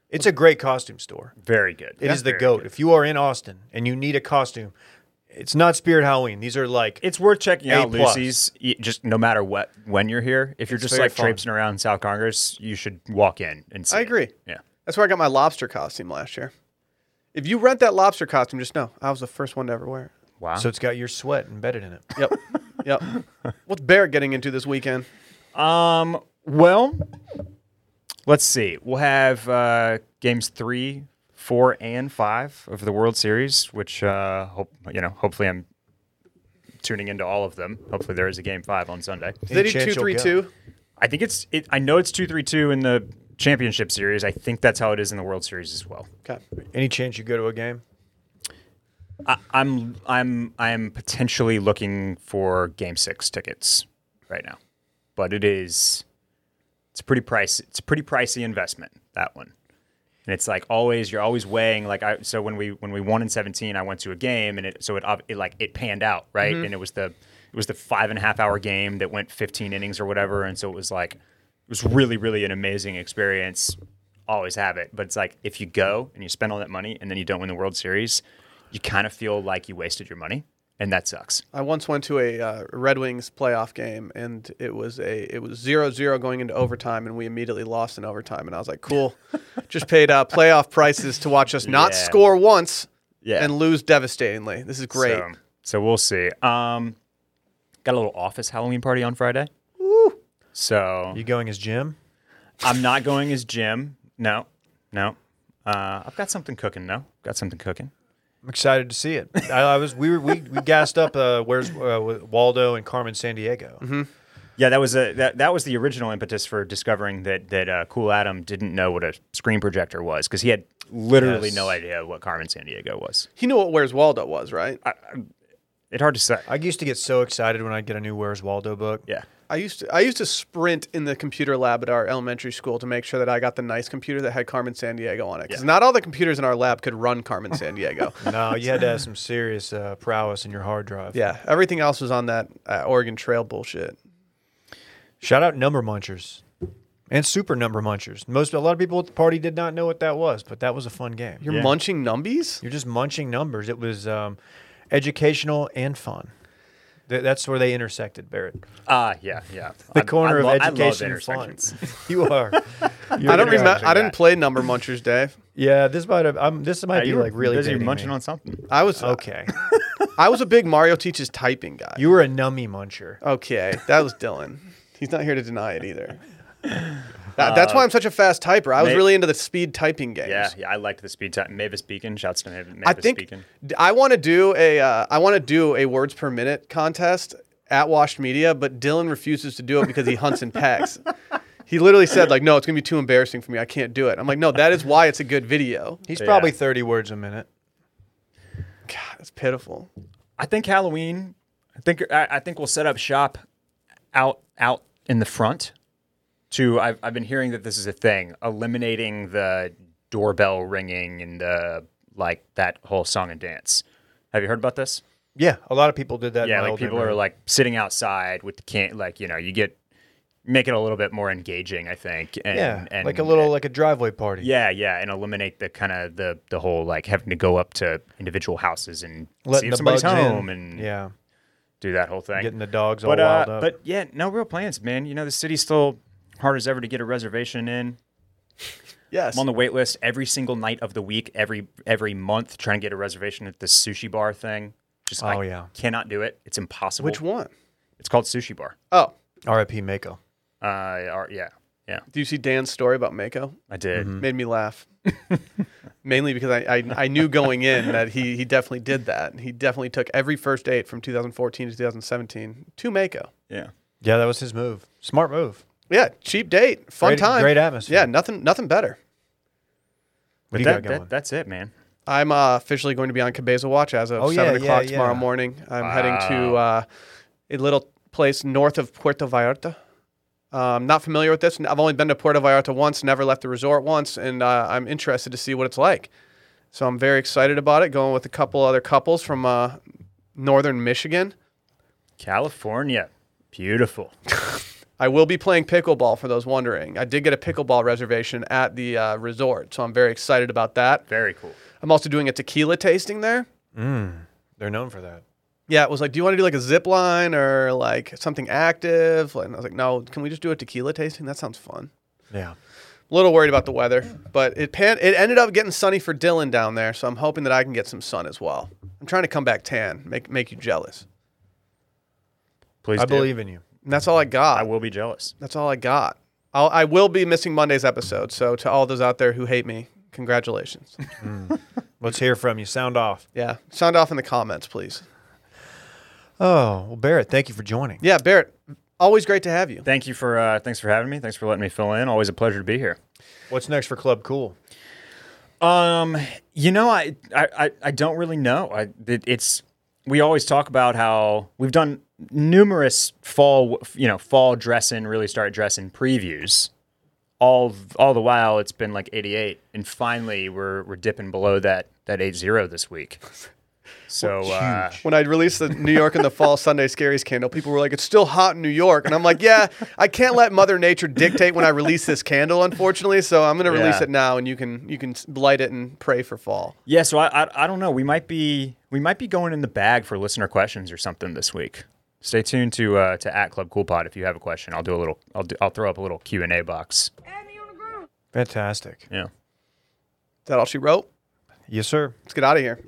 It's a great costume store. Very good. It is Yeah. the Very goat. good. If you are in Austin and you need a costume, it's not Spirit Halloween. These are like It's worth checking A out plus. Lucy's. y- Just no matter what, when you're here, if you're It's just very like fun. traipsing around South Congress, you should walk in and see. I it. agree. Yeah. That's where I got my lobster costume last year. If you rent that lobster costume, just know I was the first one to ever wear Wow. so it's got your sweat embedded in it. it. Yep. yep. What's Barrett getting into this weekend? Um. Well, let's see. We'll have uh, games three, four, and five of the World Series, which uh, hope you know. Hopefully, I'm tuning into all of them. Hopefully, there is a game five on Sunday. Is it Any chance two you'll three go? two? I think it's. It, I know it's two, three, two in the championship series. I think that's how it is in the World Series as well. Okay. Any chance you go to a game? I, I'm. I'm. I'm potentially looking for game six tickets right now, but it is. It's a pretty price. It's a pretty pricey investment that one. and it's like always you're always weighing like I so when we when we won in 17 I went to a game and it so it, ob- it like it panned out right and it was the it was the five and a half hour game that went 15 innings or whatever and so it was like it was really really an amazing experience always have it but it's like if you go and you spend all that money and then you don't win the World Series you kind of feel like you wasted your money and that sucks. I once went to a uh, Red Wings playoff game, and it was a it was zero zero going into overtime, and we immediately lost in overtime. And I was like, "Cool, just paid uh, playoff prices to watch us not Yeah. score once Yeah. and lose devastatingly. This is great." So, so we'll see. Um, got a little office Halloween party on Friday. So You going as Jim? I'm not going as Jim. No, no. Uh, I've got something cooking. No, got something cooking. I'm excited to see it. I, I was we were we, we gassed up. Uh, where's uh, with Waldo and Carmen San Diego? Mm-hmm. Yeah, that was a that, that was the original impetus for discovering that that uh, Cool Adam didn't know what a screen projector was because he had literally Yes. no idea what Carmen San Diego was. He knew what Where's Waldo was, right? I, It's hard to say. I used to get so excited when I'd get a new Where's Waldo book. yeah, used to I used to sprint in the computer lab at our elementary school to make sure that I got the nice computer that had Carmen San Diego on it, because Yeah. not all the computers in our lab could run Carmen San Diego. No, you had to have some serious uh, prowess in your hard drive. yeah, everything else was on that uh, Oregon Trail bullshit. Shout out Number Munchers and Super Number Munchers. Most a lot of people at the party did not know what that was, but that was a fun game. You're Yeah. munching numbies. You're just munching numbers. It was um, educational and fun. Th- that's where they intersected, Barrett. ah, yeah, yeah. The corner of lo- education I and love fun. intersections. you are. I don't remember. I Interesting didn't that. play Number Munchers, Dave. Yeah, this might have. I'm, this might Uh, be you were like really busy dating munching me. on something. I was Oh. Okay, I was a big Mario teaches typing guy. you were a nummy muncher. Oh, okay, that was Dylan. He's not here to deny it either. That- that's why I'm such a fast typer. I was Uh, may- really into the speed typing games. Yeah, yeah. I liked the speed time. Mavis Beacon. Shouts to Mavis, Mavis I think Beacon. d- I want to do a uh, I want to do a words per minute contest at Washed Media, but Dylan refuses to do it because he hunts and pecks. He literally said like, "No, it's gonna be too embarrassing for me. I can't do it." I'm like, "No, that is why it's a good video." He's Yeah. probably 30 words a minute. God, it's pitiful. I think Halloween. I think I, I think we'll set up shop out out in the front. To I've I've been hearing that this is a thing, eliminating the doorbell ringing and the like that whole song and dance. Have you heard about this? Yeah, a lot of people did that. in Yeah, my like old people are neighborhood. like sitting outside with the can like you know you get make it a little bit more engaging. I think. And, yeah, and, eh, like a little like a driveway party. yeah, yeah, and eliminate the kind of the the whole like having to go up to individual houses and see letting if the somebody's bugs home in. and yeah, do that whole thing. getting the dogs but all wild uh, up. but yeah, no real plans, man. You know the city's still hard as ever to get a reservation in. Yes. I'm on the wait list every single night of the week, every every month, trying to get a reservation at the sushi bar thing. Just Oh, I yeah. cannot do it. It's impossible. Which one? It's called sushi bar. Oh, R.I.P. Mako. Uh, or- yeah, yeah, do you see Dan's story about Mako? I did. Mm-hmm. made me laugh. Mainly because I, I, I knew going in that he, he definitely did that. He definitely took every first date from 2014 to 2017 to Mako. Yeah, Yeah, that was his move. Smart move. Yeah, cheap date, fun Great- time, great atmosphere. Yeah, nothing nothing better. What but do you that, got going? that, that's it, man. I'm uh, officially going to be on Cabeza Watch as of Oh, yeah, seven yeah, o'clock tomorrow yeah. morning. I'm heading to uh, a little place north of Puerto Vallarta. Um, not familiar with this. I've only been to Puerto Vallarta once, never left the resort once, and uh, I'm interested to see what it's like. So I'm very excited about it. Going with a couple other couples from uh, northern Michigan. California, beautiful. I will be playing pickleball for those wondering. I did get a pickleball reservation at the uh, resort, so I'm very excited about that. Very cool. I'm also doing a tequila tasting there. They're known for that. Yeah, it was like, do you want to do like a zip line or like something active? And I was like, no, can we just do a tequila tasting? That sounds fun. Yeah. A little worried about the weather, but it pan- it ended up getting sunny for Dylan down there, so I'm hoping that I can get some sun as well. I'm trying to come back tan, make make you jealous. Please, I do. believe in you. And that's all I I got. will be jealous. that's all I got. I'll, I will be missing Monday's episode, so to all those out there who hate me, congratulations. Let's hear from you. Sound off. yeah, sound off in the comments, please. Oh, well, Barrett, thank you for joining. Yeah, Barrett, always great to have you. Thank you for uh, thanks for having me. Thanks for letting me fill in. Always a pleasure to be here. What's next for Club Cool? Um, you know, I I I, I don't really know. I it, it's we always talk about how we've done numerous fall, you know, fall dress in, really start dress in previews. All all the while, it's been like 88, and finally we're we're dipping below that that 80 this week. So uh, When I released the New York in the Fall Sunday Scaries candle, people were like, "It's still hot in New York," and I'm like, "Yeah, I can't let Mother Nature dictate when I release this candle, unfortunately. So I'm gonna release Yeah. it now, and you can you can s- light it and pray for fall." yeah, so I, I I don't know. We might be we might be going in the bag for listener questions or something this week. Stay tuned to uh, to at Club Cool Pod if you have a question. I'll do a little. I'll do, I'll throw up a little Q and A box. Fantastic. Yeah. Is that all she wrote? Yes, sir. Let's get out of here.